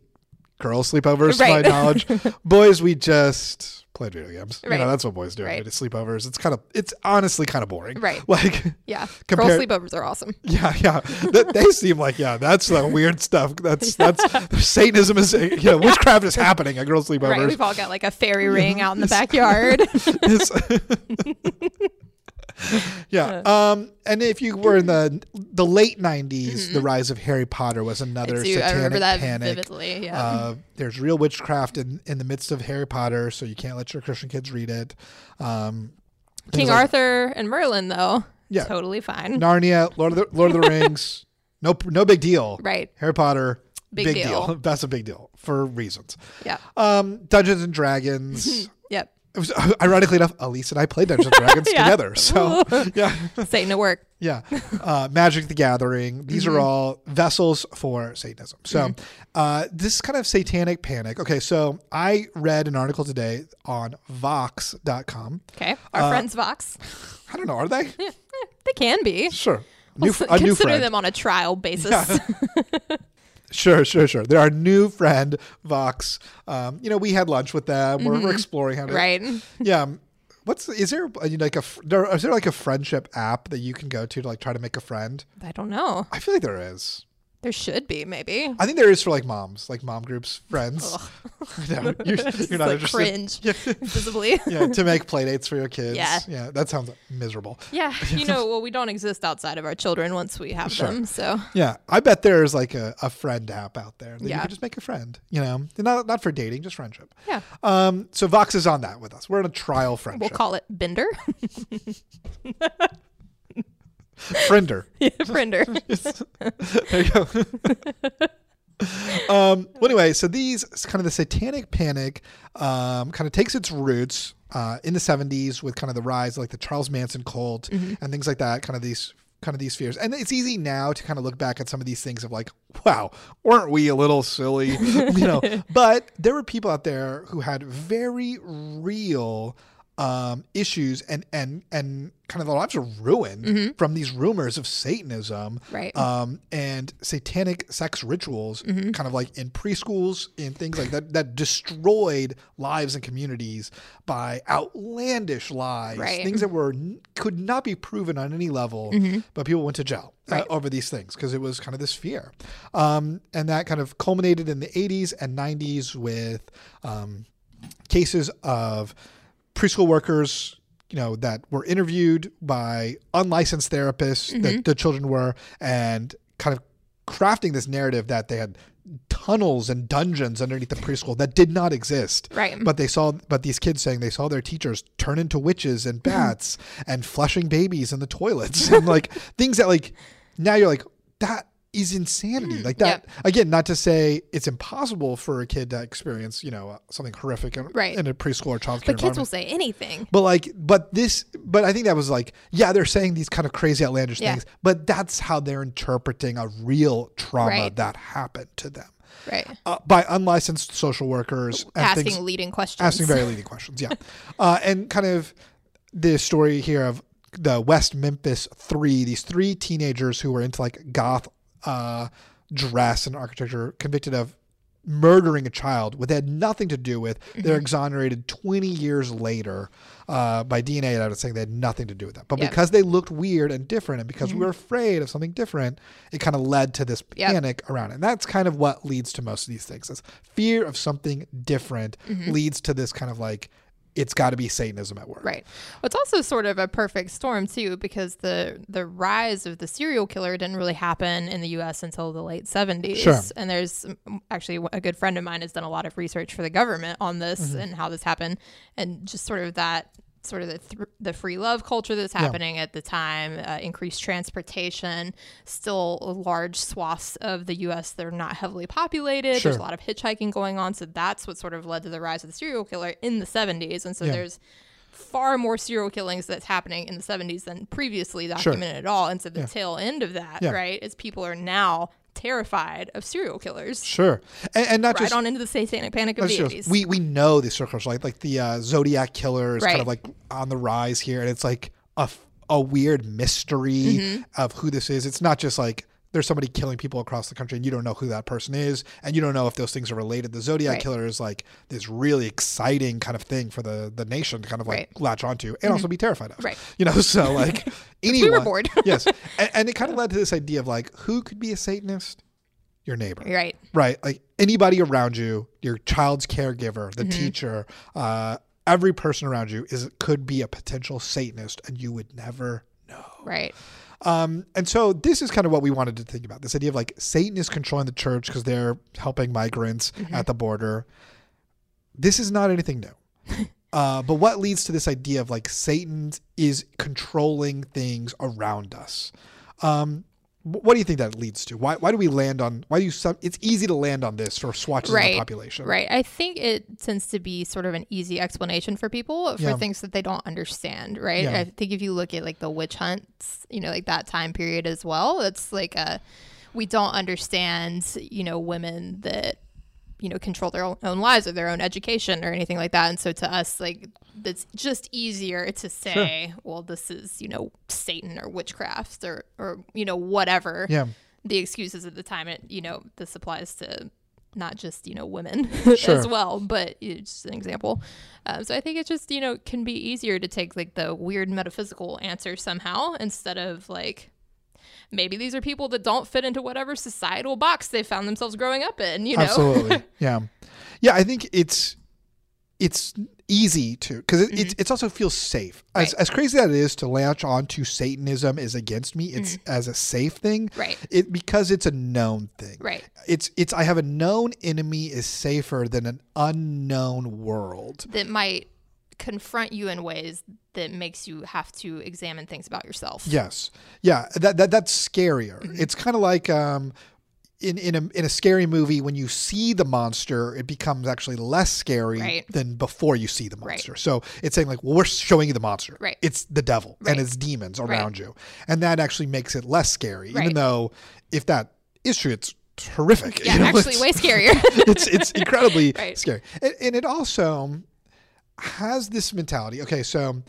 S1: girl sleepovers
S2: Right.
S1: to my knowledge. boys, we just played video games. You
S2: Right.
S1: know, that's what boys do.
S2: Right.
S1: Right. It's sleepovers. It's kind of it's honestly kind of boring.
S2: Right.
S1: Like
S2: yeah. Girl
S1: Compared-
S2: sleepovers are awesome.
S1: yeah, yeah. Th- they seem like yeah, that's the weird stuff. That's that's Satanism is you know witchcraft is happening at girl
S2: Right.
S1: sleepovers.
S2: We've all got like a fairy ring out in the backyard.
S1: It's- yeah.
S2: Uh.
S1: Um and if you were in the the late 90s, the rise of Harry Potter was another
S2: Mm-hmm. It's you- I
S1: satanic
S2: remember that
S1: panic.
S2: vividly. Yeah.
S1: Uh, there's real witchcraft in, in the midst of Harry Potter, so you can't let your Christian kids read it. Um,
S2: King
S1: things like
S2: Arthur and Merlin, though,
S1: Yeah.
S2: totally fine.
S1: Narnia, Lord of the, Lord of the Rings, no no big deal.
S2: Right.
S1: Harry Potter,
S2: Big
S1: big,
S2: deal.
S1: deal. That's a big deal for reasons.
S2: Yeah.
S1: Um, Dungeons and Dragons.
S2: Yep.
S1: It was, ironically enough, Elise and I played Dungeons and Dragons
S2: Yeah.
S1: together. So yeah,
S2: Satan at work.
S1: yeah. Uh, Magic the Gathering. These
S2: Mm-hmm.
S1: are all vessels for Satanism. So uh, this kind of satanic panic. Okay, so I read an article today on Vox.com.
S2: Okay. Our
S1: Uh,
S2: friends Vox.
S1: I don't know, are they?
S2: They can be.
S1: Sure.
S2: We'll
S1: New,
S2: s-
S1: fr- a new
S2: consider
S1: friend.
S2: them on a trial basis.
S1: Sure, sure, sure. They're our new friend, Vox. Um, you know, we had lunch with them. We're, we're exploring how to.
S2: Mm-hmm. right.
S1: Yeah. um, What's is there uh, you know, like a fr- there, is there like a friendship app that you can go to to like try to make a friend?
S2: I don't know.
S1: I feel like there is.
S2: There should be, maybe.
S1: I think there is for like moms, like mom groups, friends. No, you're,
S2: It's
S1: you're not
S2: like
S1: interested.
S2: cringe. Visibly.
S1: Yeah, to make play dates for your kids.
S2: Yeah.
S1: that sounds miserable.
S2: Yeah, you know, well, we don't exist outside of our children once we have
S1: Sure.
S2: them. So,
S1: Yeah, I bet there is like a, a friend app out there that
S2: Yeah.
S1: you can just make a friend, you know, not, not for dating, just friendship.
S2: yeah,
S1: Um, so Vox is on that with us. We're on a trial
S2: we'll
S1: friendship.
S2: call it Bender.
S1: Friender.
S2: yeah, Bender.
S1: There you go. um, well, anyway, so these it's kind of the satanic panic um, kind of takes its roots uh, in the 70s with kind of the rise like the Charles Manson cult and things like that, kind of these kind of these fears. And it's easy now to kind of look back at some of these things of like, wow, weren't we a little silly? you know, but there were people out there who had very real um, issues and and and kind of their lives were ruined from these rumors of Satanism
S2: Right. Mm-hmm.
S1: um, and satanic sex rituals, kind of like in preschools and things like that, that destroyed lives and communities by outlandish lies,
S2: Right. Mm-hmm.
S1: things that were could not be proven on any level, but people went to jail uh,
S2: Right.
S1: over these things because it was kind of this fear, um, and that kind of culminated in the '80s and '90s with. Um, cases of preschool workers you know that were interviewed by unlicensed therapists that the children were and kind of crafting this narrative that they had tunnels and dungeons underneath the preschool that did not exist
S2: Right.
S1: but they saw but these kids saying they saw their teachers turn into witches and bats and flushing babies in the toilets and like things that like now you're like that is insanity like that again, not to say it's impossible for a kid to experience, you know, uh, something horrific in,
S2: Right.
S1: in a preschool or childcare
S2: But kids
S1: environment.
S2: will say anything.
S1: but like, but this, but I think that was like, yeah, they're saying these kind of crazy, outlandish
S2: Yeah.
S1: things, but that's how they're interpreting a real trauma
S2: Right.
S1: that happened to them
S2: Right.
S1: uh, by unlicensed social workers and
S2: Asking
S1: things,
S2: leading questions.
S1: asking very leading questions. Yeah, uh, and kind of the story here of the West Memphis Three. These three teenagers who were into like goth uh, dress and architecture, convicted of murdering a child, what they had nothing to do with.
S2: Mm-hmm.
S1: They're exonerated 20 years later uh, by DNA evidence saying they had nothing to do with that. But
S2: Yeah. Mm-hmm.
S1: because they looked weird and different, and because we were afraid of something different, it kind of led to this
S2: Yep.
S1: panic around it. And that's kind of what leads to most of these things. Is fear of something different
S2: Mm-hmm.
S1: leads to this kind of like it's got to be Satanism at work.
S2: Right. Well, it's also sort of a perfect storm too, because the the rise of the serial killer didn't really happen in the U.S. until the late seventies.
S1: Sure.
S2: And there's um, actually a good friend of mine has done a lot of research for the government on this
S1: Mm-hmm.
S2: and how this happened, and just sort of that sort of the, thr the free love culture that's happening at the time, uh, increased transportation, still large swaths of the U.S. They're not heavily populated. There's
S1: Sure.
S2: a lot of hitchhiking going on, so that's what sort of led to the rise of the serial killer in the seventies. And so
S1: Yeah.
S2: there's far more serial killings that's happening in the 70s than previously documented at all. And so the tail end of that,
S1: Yeah.
S2: right, is people are now terrified of serial killers.
S1: Sure, and, and not
S2: Right
S1: just
S2: on into the satanic panic of
S1: That's
S2: the
S1: just-
S2: 80s.
S1: we we know the circles like like the uh, Zodiac killer is kind of
S2: Right.
S1: like on the rise here, and it's like a f- a weird mystery
S2: Mm-hmm.
S1: of who this is. It's not just like there's somebody killing people across the country, and you don't know who that person is, and you don't know if those things are related. The Zodiac
S2: Right.
S1: killer is like this really exciting kind of thing for the the nation to kind of like
S2: Right. Mm-hmm.
S1: latch onto and also be terrified of.
S2: Right.
S1: You know, so like anyone.
S2: bored.
S1: yes, and, and it kind of led to this idea of like who could be a Satanist? Your neighbor.
S2: right.
S1: Right. Like anybody around you, your child's caregiver, the teacher, uh, every person around you is could be a potential Satanist and you would never know.
S2: Right.
S1: Um, and so this is kind of what we wanted to think about this idea of like Satan is controlling the church because they're helping migrants
S2: Mm-hmm.
S1: at the border. This is not anything new. Uh, but what leads to this idea of like Satan is controlling things around us? Um, wh- what do you think that leads to? Why, why do we land on? Why do you? Some, it's easy to land on this for swatches of the
S2: Right,
S1: population.
S2: Right. I think it tends to be sort of an easy explanation for people for
S1: Yeah.
S2: things that they don't understand, right?
S1: Yeah.
S2: I think if you look at like the witch hunts, you know, like that time period as well, it's like a we don't understand, you know, women that you know control their own, own lives or their own education or anything like that and so to us like it's just easier to say well this is you know satan or witchcraft or or you know whatever
S1: Yeah.
S2: the excuses at the time it you know this applies to not just you know women
S1: Sure.
S2: as well but it's just an example um, so i think it just you know can be easier to take like the weird metaphysical answer somehow instead of like maybe these are people that don't fit into whatever societal box they found themselves growing up in you know
S1: Absolutely. yeah. Yeah, I think it's it's easy to because it, it's it's also feels safe. As
S2: Mm-hmm. Right.
S1: as crazy that it is to latch on to Satanism is against me, it's as a safe thing.
S2: Mm-hmm. Right.
S1: It because it's a known thing.
S2: right
S1: It's it's I have a known enemy is safer than an unknown world.
S2: that might confront you in ways that makes you have to examine things about yourself
S1: Yes. Yeah. That, that that's scarier.
S2: Mm-hmm.
S1: It's kind of like um, in in a in a scary movie when you see the monster, it becomes actually less scary
S2: Right.
S1: than before you see the
S2: Right.
S1: monster. So it's saying like, well, we're showing you the monster.
S2: Right.
S1: It's the devil
S2: Right.
S1: and it's demons around you, and that actually makes it less scary. Even
S2: Right.
S1: though if that is true, it's horrific.
S2: yeah
S1: you know,
S2: actually
S1: it's-
S2: way scarier
S1: it's it's incredibly
S2: Right.
S1: scary, and, and it also has this mentality. Okay, so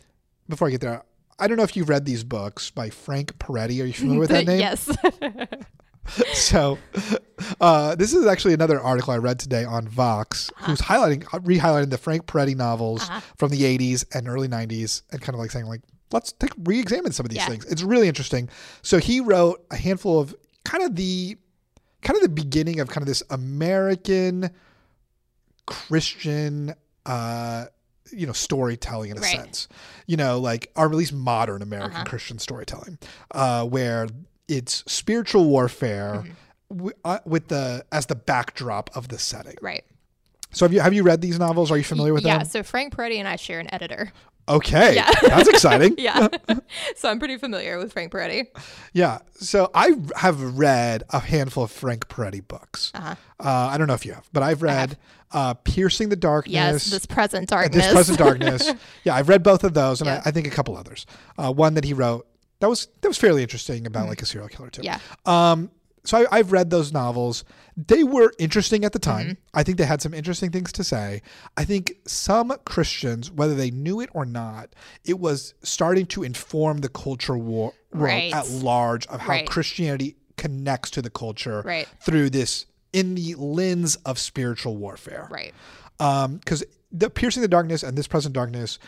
S1: before I get there, I don't know if you've read these books by Frank Peretti. Are you familiar with that name?
S2: yes
S1: So, uh, this is actually another article I read today on Vox,
S2: Uh-huh.
S1: who's highlighting uh, rehighlighting the Frank Peretti novels from the '80s and early '90s, and kind of like saying like, let's take re-examine some of these
S2: Yeah.
S1: things. It's really interesting. So he wrote a handful of kind of the kind of the beginning of kind of this American Christian, uh, you know, storytelling in a
S2: Right.
S1: sense. You know, like or at least modern American
S2: Uh-huh.
S1: Christian storytelling, uh, where it's spiritual warfare
S2: Mm-hmm.
S1: wi- uh, with the as the backdrop of the setting.
S2: right
S1: So have you have you read these novels? Are you familiar with
S2: yeah,
S1: them?
S2: so Frank Peretti and I share an editor.
S1: Okay, that's exciting.
S2: Yeah. so I'm pretty familiar with Frank Peretti.
S1: Yeah. So I have read a handful of Frank Peretti books. uh
S2: Uh-huh.
S1: I don't know if you have, but I've read uh, Piercing the Darkness.
S2: Yes, this present
S1: This
S2: darkness.
S1: Present Darkness. Yeah, I've read both of those, and
S2: Yeah.
S1: I, I think a couple others. Uh, one that he wrote that was that was fairly interesting about like a serial killer too.
S2: Mm-hmm. yeah.
S1: Um, so I, I've read those novels. They were interesting at the
S2: Mm-hmm.
S1: time. I think they had some interesting things to say. I think some Christians, whether they knew it or not, it was starting to inform the culture war world
S2: Right.
S1: at large of how
S2: Right.
S1: Christianity connects to the culture
S2: Right.
S1: through this in the lens of spiritual warfare
S2: Right.
S1: because Um, the piercing the darkness and this present darkness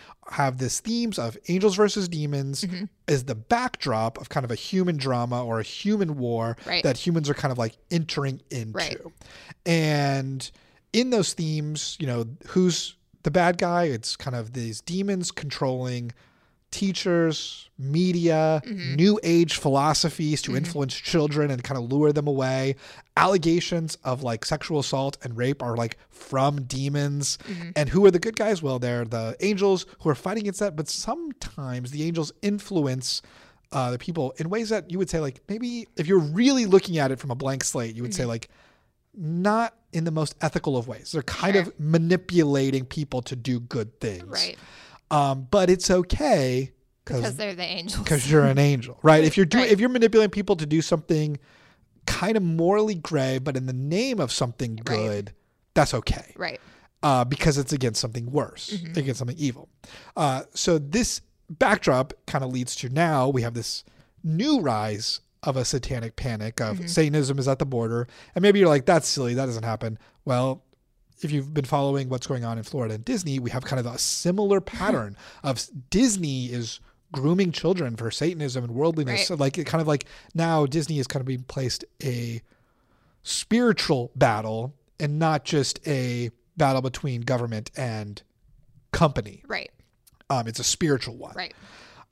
S1: have this themes of angels versus demons
S2: Mm-hmm.
S1: is the backdrop of kind of a human drama or a human war
S2: Right.
S1: that humans are kind of like entering into
S2: Right.
S1: and in those themes you know who's the bad guy it's kind of these demons controlling teachers media
S2: Mm-hmm.
S1: new age philosophies to influence children and kind of lure them away allegations of like sexual assault and rape are like from demons
S2: Mm-hmm.
S1: and who are the good guys well they're the angels who are fighting against that but sometimes the angels influence uh, the people in ways that you would say like maybe if you're really looking at it from a blank slate you would
S2: Mm-hmm.
S1: say like not in the most ethical of ways they're kind
S2: Sure.
S1: of manipulating people to do good things
S2: Right.
S1: um, but it's okay
S2: Because
S1: because
S2: they're the angels.
S1: you're an angel, right? If you're doing
S2: Right.
S1: if you're manipulating people to do something kind of morally gray, but in the name of something good, that's okay
S2: Right.
S1: uh, because it's against something worse, against something evil. Uh, so this backdrop kind of leads to now we have this new rise of a satanic panic of Satanism is at the border, and maybe you're like, that's silly, that doesn't happen. Well. If you've been following what's going on in Florida and Disney, we have kind of a similar pattern of s- Disney is grooming children for Satanism and worldliness.
S2: Right.
S1: So like it kind of like now Disney is kind of being placed a spiritual battle and not just a battle between government and company.
S2: Right.
S1: Um, it's a spiritual one.
S2: Right.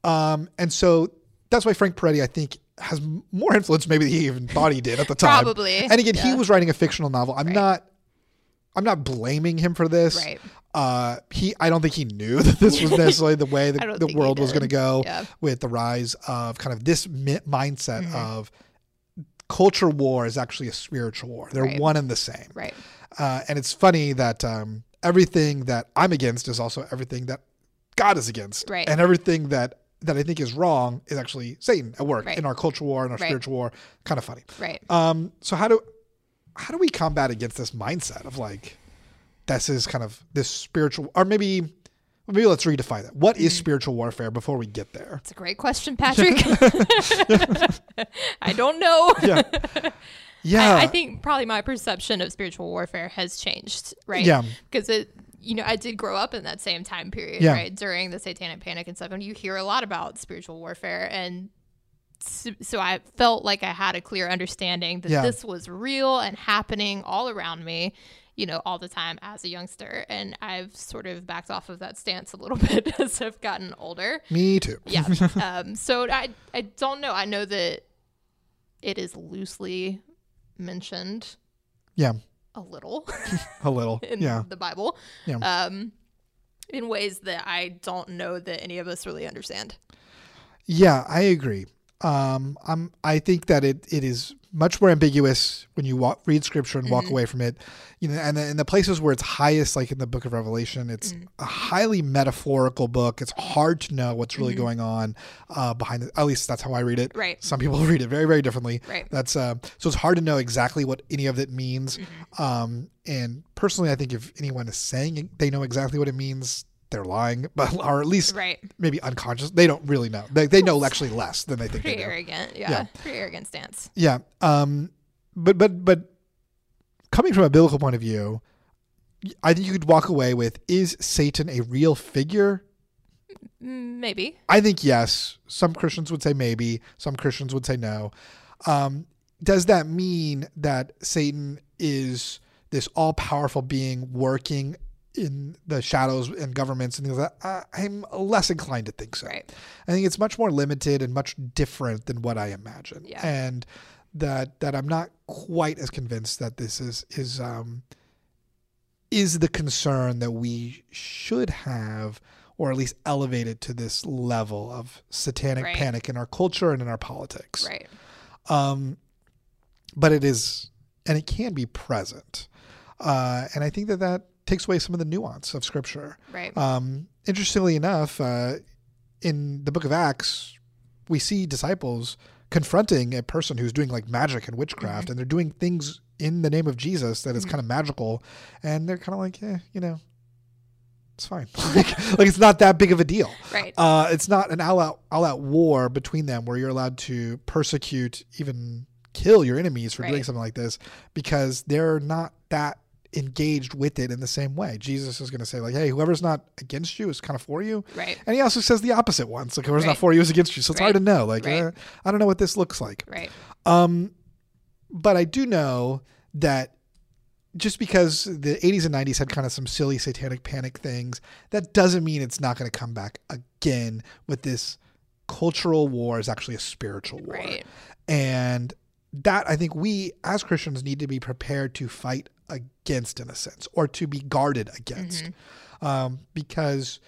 S1: Um, and so that's why Frank Peretti, I think, has m- more influence maybe than he even thought he did at the time.
S2: Probably,
S1: And again, he
S2: yeah.
S1: was writing a fictional novel. I'm not. I'm not blaming him for this.
S2: Right.
S1: Uh, he, I don't think he knew that this was necessarily the way
S2: I
S1: the,
S2: don't
S1: the
S2: think he
S1: world was
S2: did.
S1: going to go
S2: Yeah. Mm-hmm.
S1: with the rise of kind of this mi- mindset of culture war is actually a spiritual war. They're
S2: Right.
S1: one and the same.
S2: Right.
S1: Uh, and it's funny that um, everything that I'm against is also everything that God is against,
S2: Right.
S1: and everything that that I think is wrong is actually Satan at work
S2: Right.
S1: in our cultural war and our
S2: Right.
S1: spiritual war. Kind of funny.
S2: Right.
S1: Um, so how do how do we combat against this mindset of like this is kind of this spiritual, or maybe maybe let's redefine that. What
S2: Mm-hmm.
S1: is spiritual warfare before we get there?
S2: It's a great question, Patrick. I don't know.
S1: Yeah, yeah,
S2: I, I think probably my perception of spiritual warfare has changed, right?
S1: Yeah.
S2: Because it, you know, I did grow up in that same time period,
S1: Yeah.
S2: right? During the Satanic Panic and stuff, and you hear a lot about spiritual warfare, and so, so I felt like I had a clear understanding that
S1: Yeah.
S2: this was real and happening all around me. You know, all the time as a youngster, and I've sort of backed off of that stance a little bit as I've gotten older.
S1: me too.
S2: Yeah. um, so I I don't know. I know that it is loosely mentioned
S1: Yeah,
S2: a little
S1: a little.
S2: in
S1: yeah,
S2: the Bible.
S1: Yeah.
S2: Um, in ways that I don't know that any of us really understand.
S1: Yeah, I agree. Um, I'm. I think that it, it is much more ambiguous when you walk, read scripture and
S2: Mm-hmm.
S1: walk away from it. You know, and the, and the places where it's highest, like in the Book of Revelation, it's
S2: Mm.
S1: a highly metaphorical book. It's hard to know what's really going on uh, behind. It. At least that's how I read it.
S2: Mm-hmm. Right.
S1: Some people read it very, very differently.
S2: Right.
S1: That's uh, so it's hard to know exactly what any of it means.
S2: Mm-hmm.
S1: Um, and personally, I think if anyone is saying it, they know exactly what it means, they're lying, but or at least
S2: Right.
S1: maybe unconscious. They don't really know. They, they know actually less than they think they
S2: Pretty
S1: do.
S2: arrogant. Yeah.
S1: Yeah.
S2: Pretty arrogant stance.
S1: Yeah. Um. But but but coming from a biblical point of view, I think you could walk away with: Is Satan a real figure?
S2: Mm, Maybe.
S1: I think yes. Some Christians would say maybe. Some Christians would say no. Um, does that mean that Satan is this all-powerful being working in the shadows and governments and things like that? I, I'm less inclined to think so.
S2: Right.
S1: I think it's much more limited and much different than what I imagined,
S2: Yeah.
S1: and that that I'm not quite as convinced that this is is um, is the concern that we should have, or at least elevate it to this level of satanic
S2: Right.
S1: panic in our culture and in our politics.
S2: Right.
S1: Um, but it is, and it can be present, uh, and I think that that takes away some of the nuance of scripture.
S2: Right.
S1: Um, interestingly enough, uh, in the book of Acts, we see disciples confronting a person who's doing like magic and witchcraft, and they're doing things in the name of Jesus that is kind of magical, and they're kind of like, eh, you know, it's fine. like, like it's not that big of a deal.
S2: right.
S1: Uh, it's not an all out all out war between them where you're allowed to persecute, even kill your enemies for doing
S2: Right.
S1: something like this because they're not that engaged with it in the same way. Jesus is going to say like, "Hey, whoever's not against you is kind of for you."
S2: right.
S1: And he also says the opposite once, like whoever's not
S2: Right.
S1: for you is against you. So it's hard to
S2: Right.
S1: know. Like,
S2: Right.
S1: eh, I don't know what this looks like.
S2: Right.
S1: Um, but I do know that just because the 80s and 90s had kind of some silly satanic panic things, that doesn't mean it's not going to come back again with this cultural war is actually a spiritual war.
S2: Right.
S1: And that I think we as Christians need to be prepared to fight against in a sense or to be guarded against. Um, because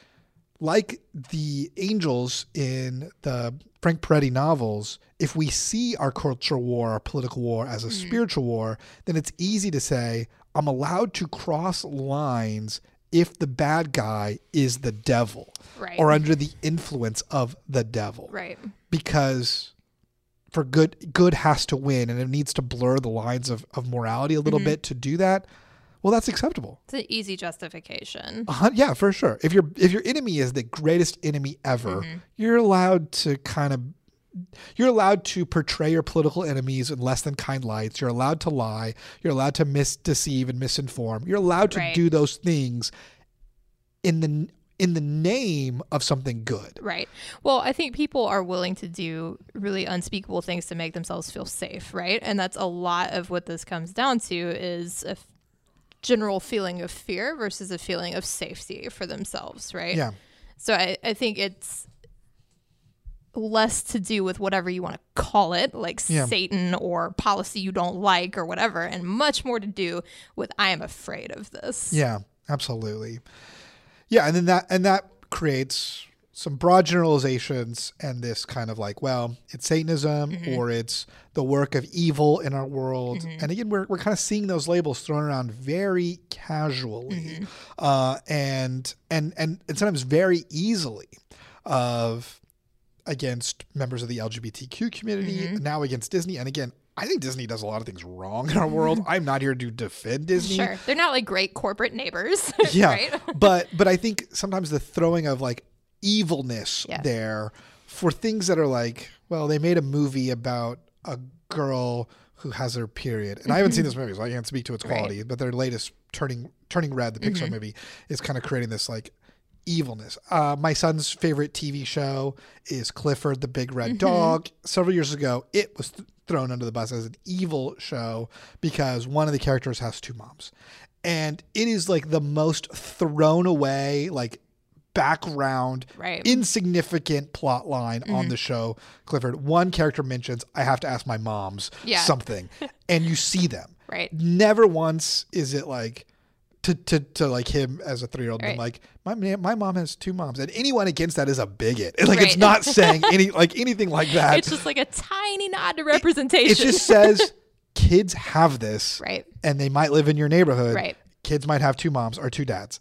S1: like the angels in the Frank Peretti novels, if we see our culture war, our political war as a spiritual war, then it's easy to say, I'm allowed to cross lines if the bad guy is the devil
S2: Right.
S1: or under the influence of the devil
S2: Right.
S1: because for good good has to win and it needs to blur the lines of, of morality a
S2: Mm-hmm.
S1: little bit to do that well that's acceptable
S2: It's an easy justification.
S1: uh, yeah for sure if your if your enemy is the greatest enemy ever
S2: Mm-hmm.
S1: you're allowed to kind of you're allowed to portray your political enemies in less than kind lights you're allowed to lie you're allowed to misdeceive and misinform you're allowed to
S2: Right.
S1: do those things in the in the name of something good
S2: Right. Well, I think people are willing to do really unspeakable things to make themselves feel safe, right? And that's a lot of what this comes down to is a f- general feeling of fear versus a feeling of safety for themselves, right?
S1: yeah
S2: So I, I think it's less to do with whatever you want to call it, like
S1: Yeah.
S2: Satan or policy you don't like or whatever, and much more to do with I am afraid of this.
S1: Yeah, absolutely. Yeah, and then that and that creates some broad generalizations and this kind of like, well, it's Satanism or it's the work of evil in our world. And again, we're, we're kind of seeing those labels thrown around very casually uh, and, and and and sometimes very easily of against members of the LGBTQ community, now against Disney. And again, I think Disney does a lot of things wrong in our world. I'm not here to defend Disney
S2: Sure. They're not like great corporate neighbors.
S1: yeah
S2: Right?
S1: but but i think sometimes the throwing of like evilness
S2: Yeah.
S1: there for things that are like well they made a movie about a girl who has her period and i haven't seen this movie so i can't speak to its quality but their latest turning turning red the
S2: Mm-hmm.
S1: pixar movie is kind of creating this like evilness uh, my son's favorite tv show is clifford the big red
S2: Mm-hmm.
S1: dog several years ago it was th- thrown under the bus as an evil show because one of the characters has two moms and it is like the most thrown away like background
S2: Right. Mm-hmm.
S1: insignificant plot line on the show clifford one character mentions i have to ask my moms
S2: Yeah.
S1: something and you see them
S2: right.
S1: never once is it like to, to, to like him as a three year old
S2: Right.
S1: I'm like my ma- my mom has two moms and anyone against that is a bigot like it's
S2: Right.
S1: not saying any like anything like that
S2: it's just like a tiny nod to representation.
S1: it just says kids have this
S2: right.
S1: and they might live in your neighborhood.
S2: Right.
S1: Kids might have two moms or two dads.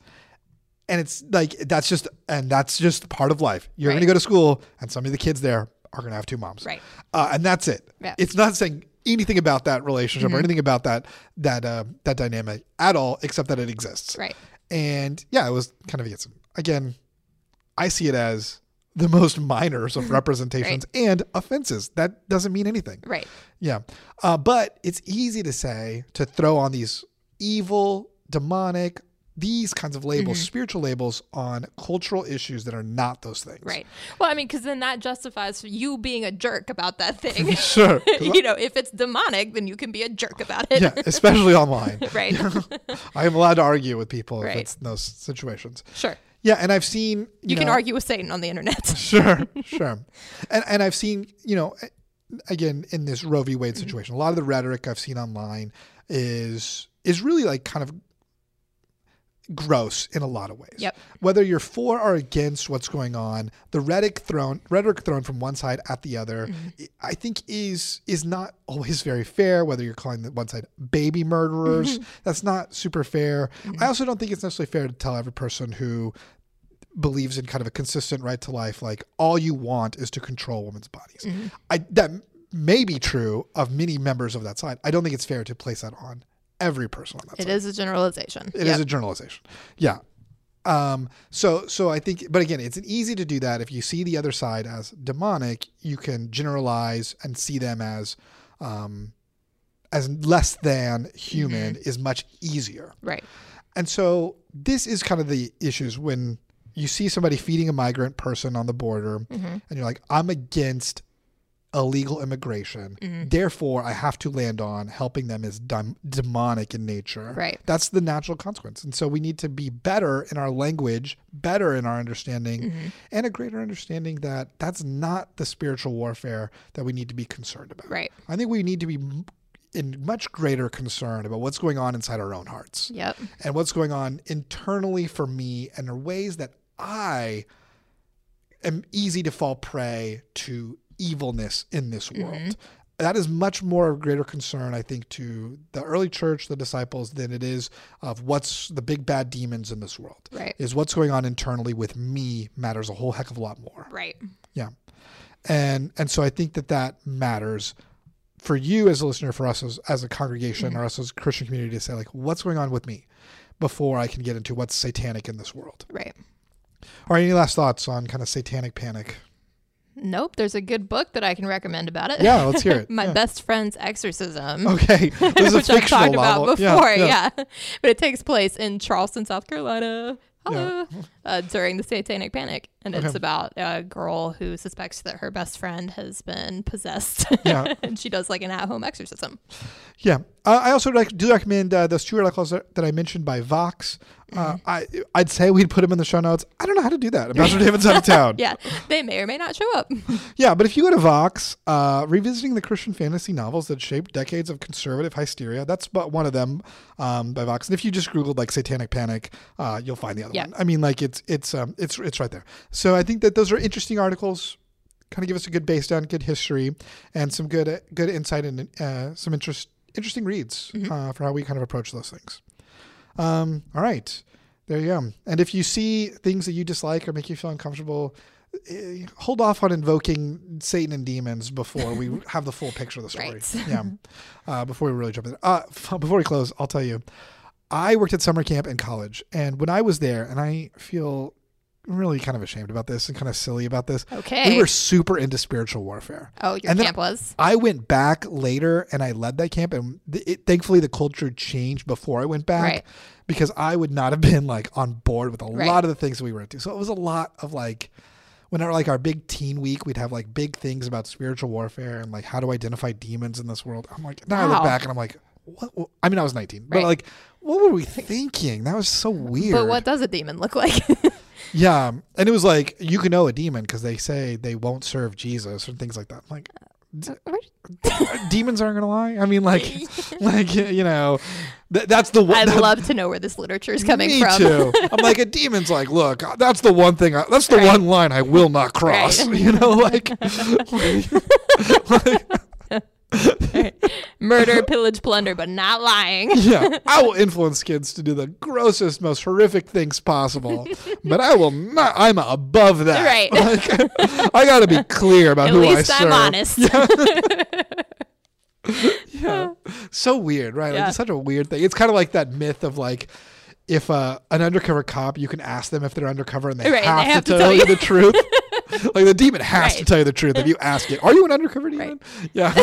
S1: And it's like that's just and that's just part of life. You're
S2: Right.
S1: gonna go to school and some of the kids there are gonna have two moms.
S2: Right.
S1: Uh, and that's it.
S2: Yeah. Mm-hmm.
S1: It's not saying anything about that relationship or anything about that that uh, that dynamic at all, except that it exists.
S2: Right.
S1: And yeah, it was kind of against again, I see it as the most minors of representations and offenses. That doesn't mean anything.
S2: Right.
S1: Yeah. Uh, but it's easy to say, to throw on these evil, demonic, these kinds of
S2: Mm-hmm.
S1: labels, spiritual labels on cultural issues that are not those things.
S2: Right. Well, I mean, because then that justifies you being a jerk about that thing.
S1: Sure.
S2: you know, if it's demonic, then you can be a jerk about it.
S1: yeah, especially online.
S2: Right.
S1: I am allowed to argue with people
S2: Right.
S1: if it's in those situations.
S2: sure.
S1: Yeah, and I've seen you,
S2: You can
S1: know-
S2: argue with Satan on the internet.
S1: sure, sure. And and I've seen, you know, again in this Roe v. Wade situation, a lot of the rhetoric I've seen online is is really like kind of gross in a lot of ways.
S2: Yep.
S1: Whether you're for or against what's going on, the rhetoric thrown rhetoric thrown from one side at the other, I think is is not always very fair. Whether you're calling the one side baby murderers, that's not super fair. I also don't think it's necessarily fair to tell every person who believes in kind of a consistent right to life like all you want is to control women's bodies i that may be true of many members of that side i don't think it's fair to place that on every person on that
S2: It
S1: side
S2: is a generalization.
S1: It is a generalization yeah um so so i think but again it's easy to do that if you see the other side as demonic you can generalize and see them as um as less than human is much easier
S2: Right.
S1: and so this is kind of the issues when you see somebody feeding a migrant person on the border
S2: Mm-hmm.
S1: and you're like, I'm against illegal immigration.
S2: Mm-hmm.
S1: Therefore, I have to land on helping them is dem- demonic in nature.
S2: Right.
S1: That's the natural consequence. And so we need to be better in our language, better in our understanding,
S2: Mm-hmm.
S1: and a greater understanding that that's not the spiritual warfare that we need to be concerned about.
S2: Right.
S1: I think we need to be m- in much greater concern about what's going on inside our own hearts
S2: Yep.
S1: and what's going on internally for me and are ways that I am easy to fall prey to evilness in this world. That is much more of greater concern, I think, to the early church, the disciples, than it is of what's the big bad demons in this world.
S2: Right.
S1: Is what's going on internally with me matters a whole heck of a lot more.
S2: Right.
S1: Yeah. and and so I think that that matters for you as a listener, for us as, as a congregation or us as a Christian community to say like, what's going on with me before I can get into what's satanic in this world.
S2: Right.
S1: All right, any last thoughts on kind of satanic panic?
S2: Nope. There's a good book that I can recommend about it.
S1: Yeah, let's hear it.
S2: My
S1: Yeah.
S2: best friend's exorcism.
S1: Okay, this is a
S2: which I've
S1: fictional
S2: talked
S1: novel.
S2: about
S1: Yeah,
S2: before,
S1: yeah.
S2: yeah, But it takes place in Charleston, South Carolina, hello, uh, during the Satanic Panic, and it's
S1: Okay.
S2: about a girl who suspects that her best friend has been possessed,
S1: Yeah.
S2: and she does like an at-home exorcism.
S1: Yeah, uh, I also rec- do recommend uh, those two articles that, that I mentioned by Vox.
S2: Mm-hmm.
S1: Uh, I I'd say we'd put them in the show notes. I don't know how to do that. Pastor David's out of town.
S2: Yeah, they may or may not show up.
S1: Yeah, but if you go to Vox, uh, revisiting the Christian fantasy novels that shaped decades of conservative hysteria, that's but one of them um, by Vox. And if you just Googled like Satanic Panic, uh, you'll find the other
S2: Yeah.
S1: one. I mean, like it's it's um, it's it's right there. So I think that those are interesting articles. Kind of give us a good base down, good history, and some good good insight and uh, some interest interesting reads uh, for how we kind of approach those things. Um, all right. There you go. And if you see things that you dislike or make you feel uncomfortable, eh, hold off on invoking Satan and demons before we have the full picture of the story.
S2: Right.
S1: Yeah. Uh, before we really jump in. Uh, f- before we close, I'll tell you. I worked at summer camp in college. And when I was there, and I feel really kind of ashamed about this and kind of silly about this,
S2: Okay.
S1: we were super into spiritual warfare.
S2: oh, your
S1: And then-
S2: camp was
S1: I went back later and I led that camp, and th- it, thankfully the culture changed before I went back
S2: Right.
S1: because I would not have been like on board with a
S2: Right.
S1: lot of the things that we were into. So it was a lot of like when our like our big teen week, we'd have like big things about spiritual warfare and like how to identify demons in this world. I'm like, now I look
S2: Wow.
S1: back and I'm like, what? what- I mean, I was 19, but
S2: Right.
S1: like, what were we thinking? That was so weird.
S2: But what does a demon look like?
S1: Yeah, and it was like you can know a demon because they say they won't serve Jesus and things like that. I'm like.
S2: Uh,
S1: demons aren't gonna lie. I mean, like, like you know, th- that's the one.
S2: I'd
S1: that-
S2: love to know where this literature is coming
S1: me
S2: from.
S1: too. I'm like a demon's like, look, uh, that's the one thing. I, that's the
S2: Right.
S1: one line I will not cross.
S2: Right.
S1: You know, like, like,
S2: Murder, pillage, plunder, but not lying.
S1: yeah, I will influence kids to do the grossest, most horrific things possible, but I will not. I'm above that.
S2: Right.
S1: Like, I got to be clear about
S2: At
S1: who
S2: least
S1: I
S2: I'm
S1: serve.
S2: honest.
S1: Yeah. so weird, right? Like
S2: Yeah.
S1: it's such a weird thing. It's kind of like that myth of like if uh, an undercover cop, you can ask them if they're undercover and they,
S2: Right,
S1: have,
S2: they have
S1: to,
S2: to
S1: tell,
S2: tell
S1: you the truth. like the demon has to
S2: Right.
S1: tell you the truth if you ask it. Are you an undercover demon? Yeah.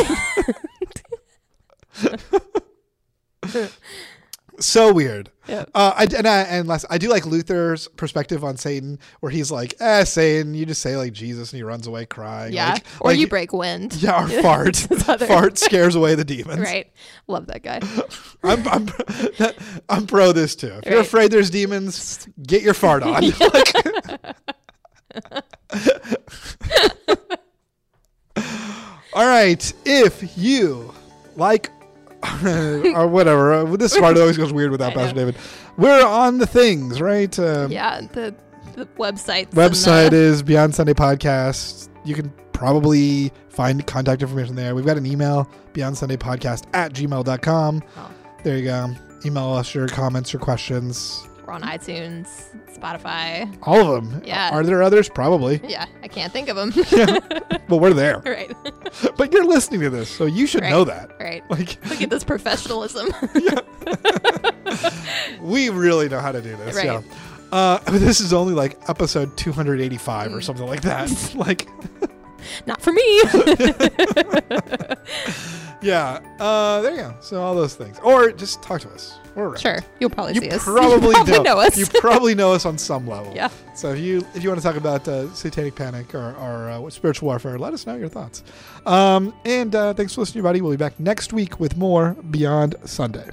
S1: so weird.
S2: Yep.
S1: Uh, I, and I and last, I do like Luther's perspective on Satan, where he's like, "Eh, Satan, you just say like Jesus, and he runs away crying."
S2: Yeah.
S1: like,
S2: or
S1: like-
S2: you break wind.
S1: Yeah, or fart.
S2: his other-
S1: fart scares away the demons.
S2: Right. Love that guy.
S1: I'm I'm, that- I'm pro this too. If you're
S2: Right.
S1: afraid there's demons, get your fart on. All right, if you like or whatever, uh, this part always goes weird without
S2: I
S1: Pastor
S2: know.
S1: David. We're on the things, right? Um,
S2: Yeah. The, the website.
S1: Website is Beyond Sunday Podcast. You can probably find contact information there. We've got an email, Beyond Sunday Podcast at gmail.com.
S2: Oh.
S1: There you go. Email us your comments, your questions,
S2: We're on iTunes, Spotify.
S1: all of them.
S2: Yeah.
S1: Are there others? Probably.
S2: Yeah. I can't think of them.
S1: Well, we're there.
S2: right.
S1: But you're listening to this, so you should
S2: Right.
S1: know that.
S2: Right.
S1: Like,
S2: Look at this professionalism.
S1: we really know how to do this.
S2: Right.
S1: Yeah. Uh, but this is only like episode 285 or something like that. like,
S2: not for me.
S1: yeah. Uh, there you go. So, all those things. Or just talk to us. We're around.
S2: sure. You'll probably see
S1: you
S2: us.
S1: probably, know,
S2: us.
S1: You probably know us on some level.
S2: Yeah.
S1: So if you if you want to talk about uh, satanic panic or, or uh, spiritual warfare, let us know your thoughts. Um, and uh, thanks for listening, everybody. We'll be back next week with more Beyond Sunday.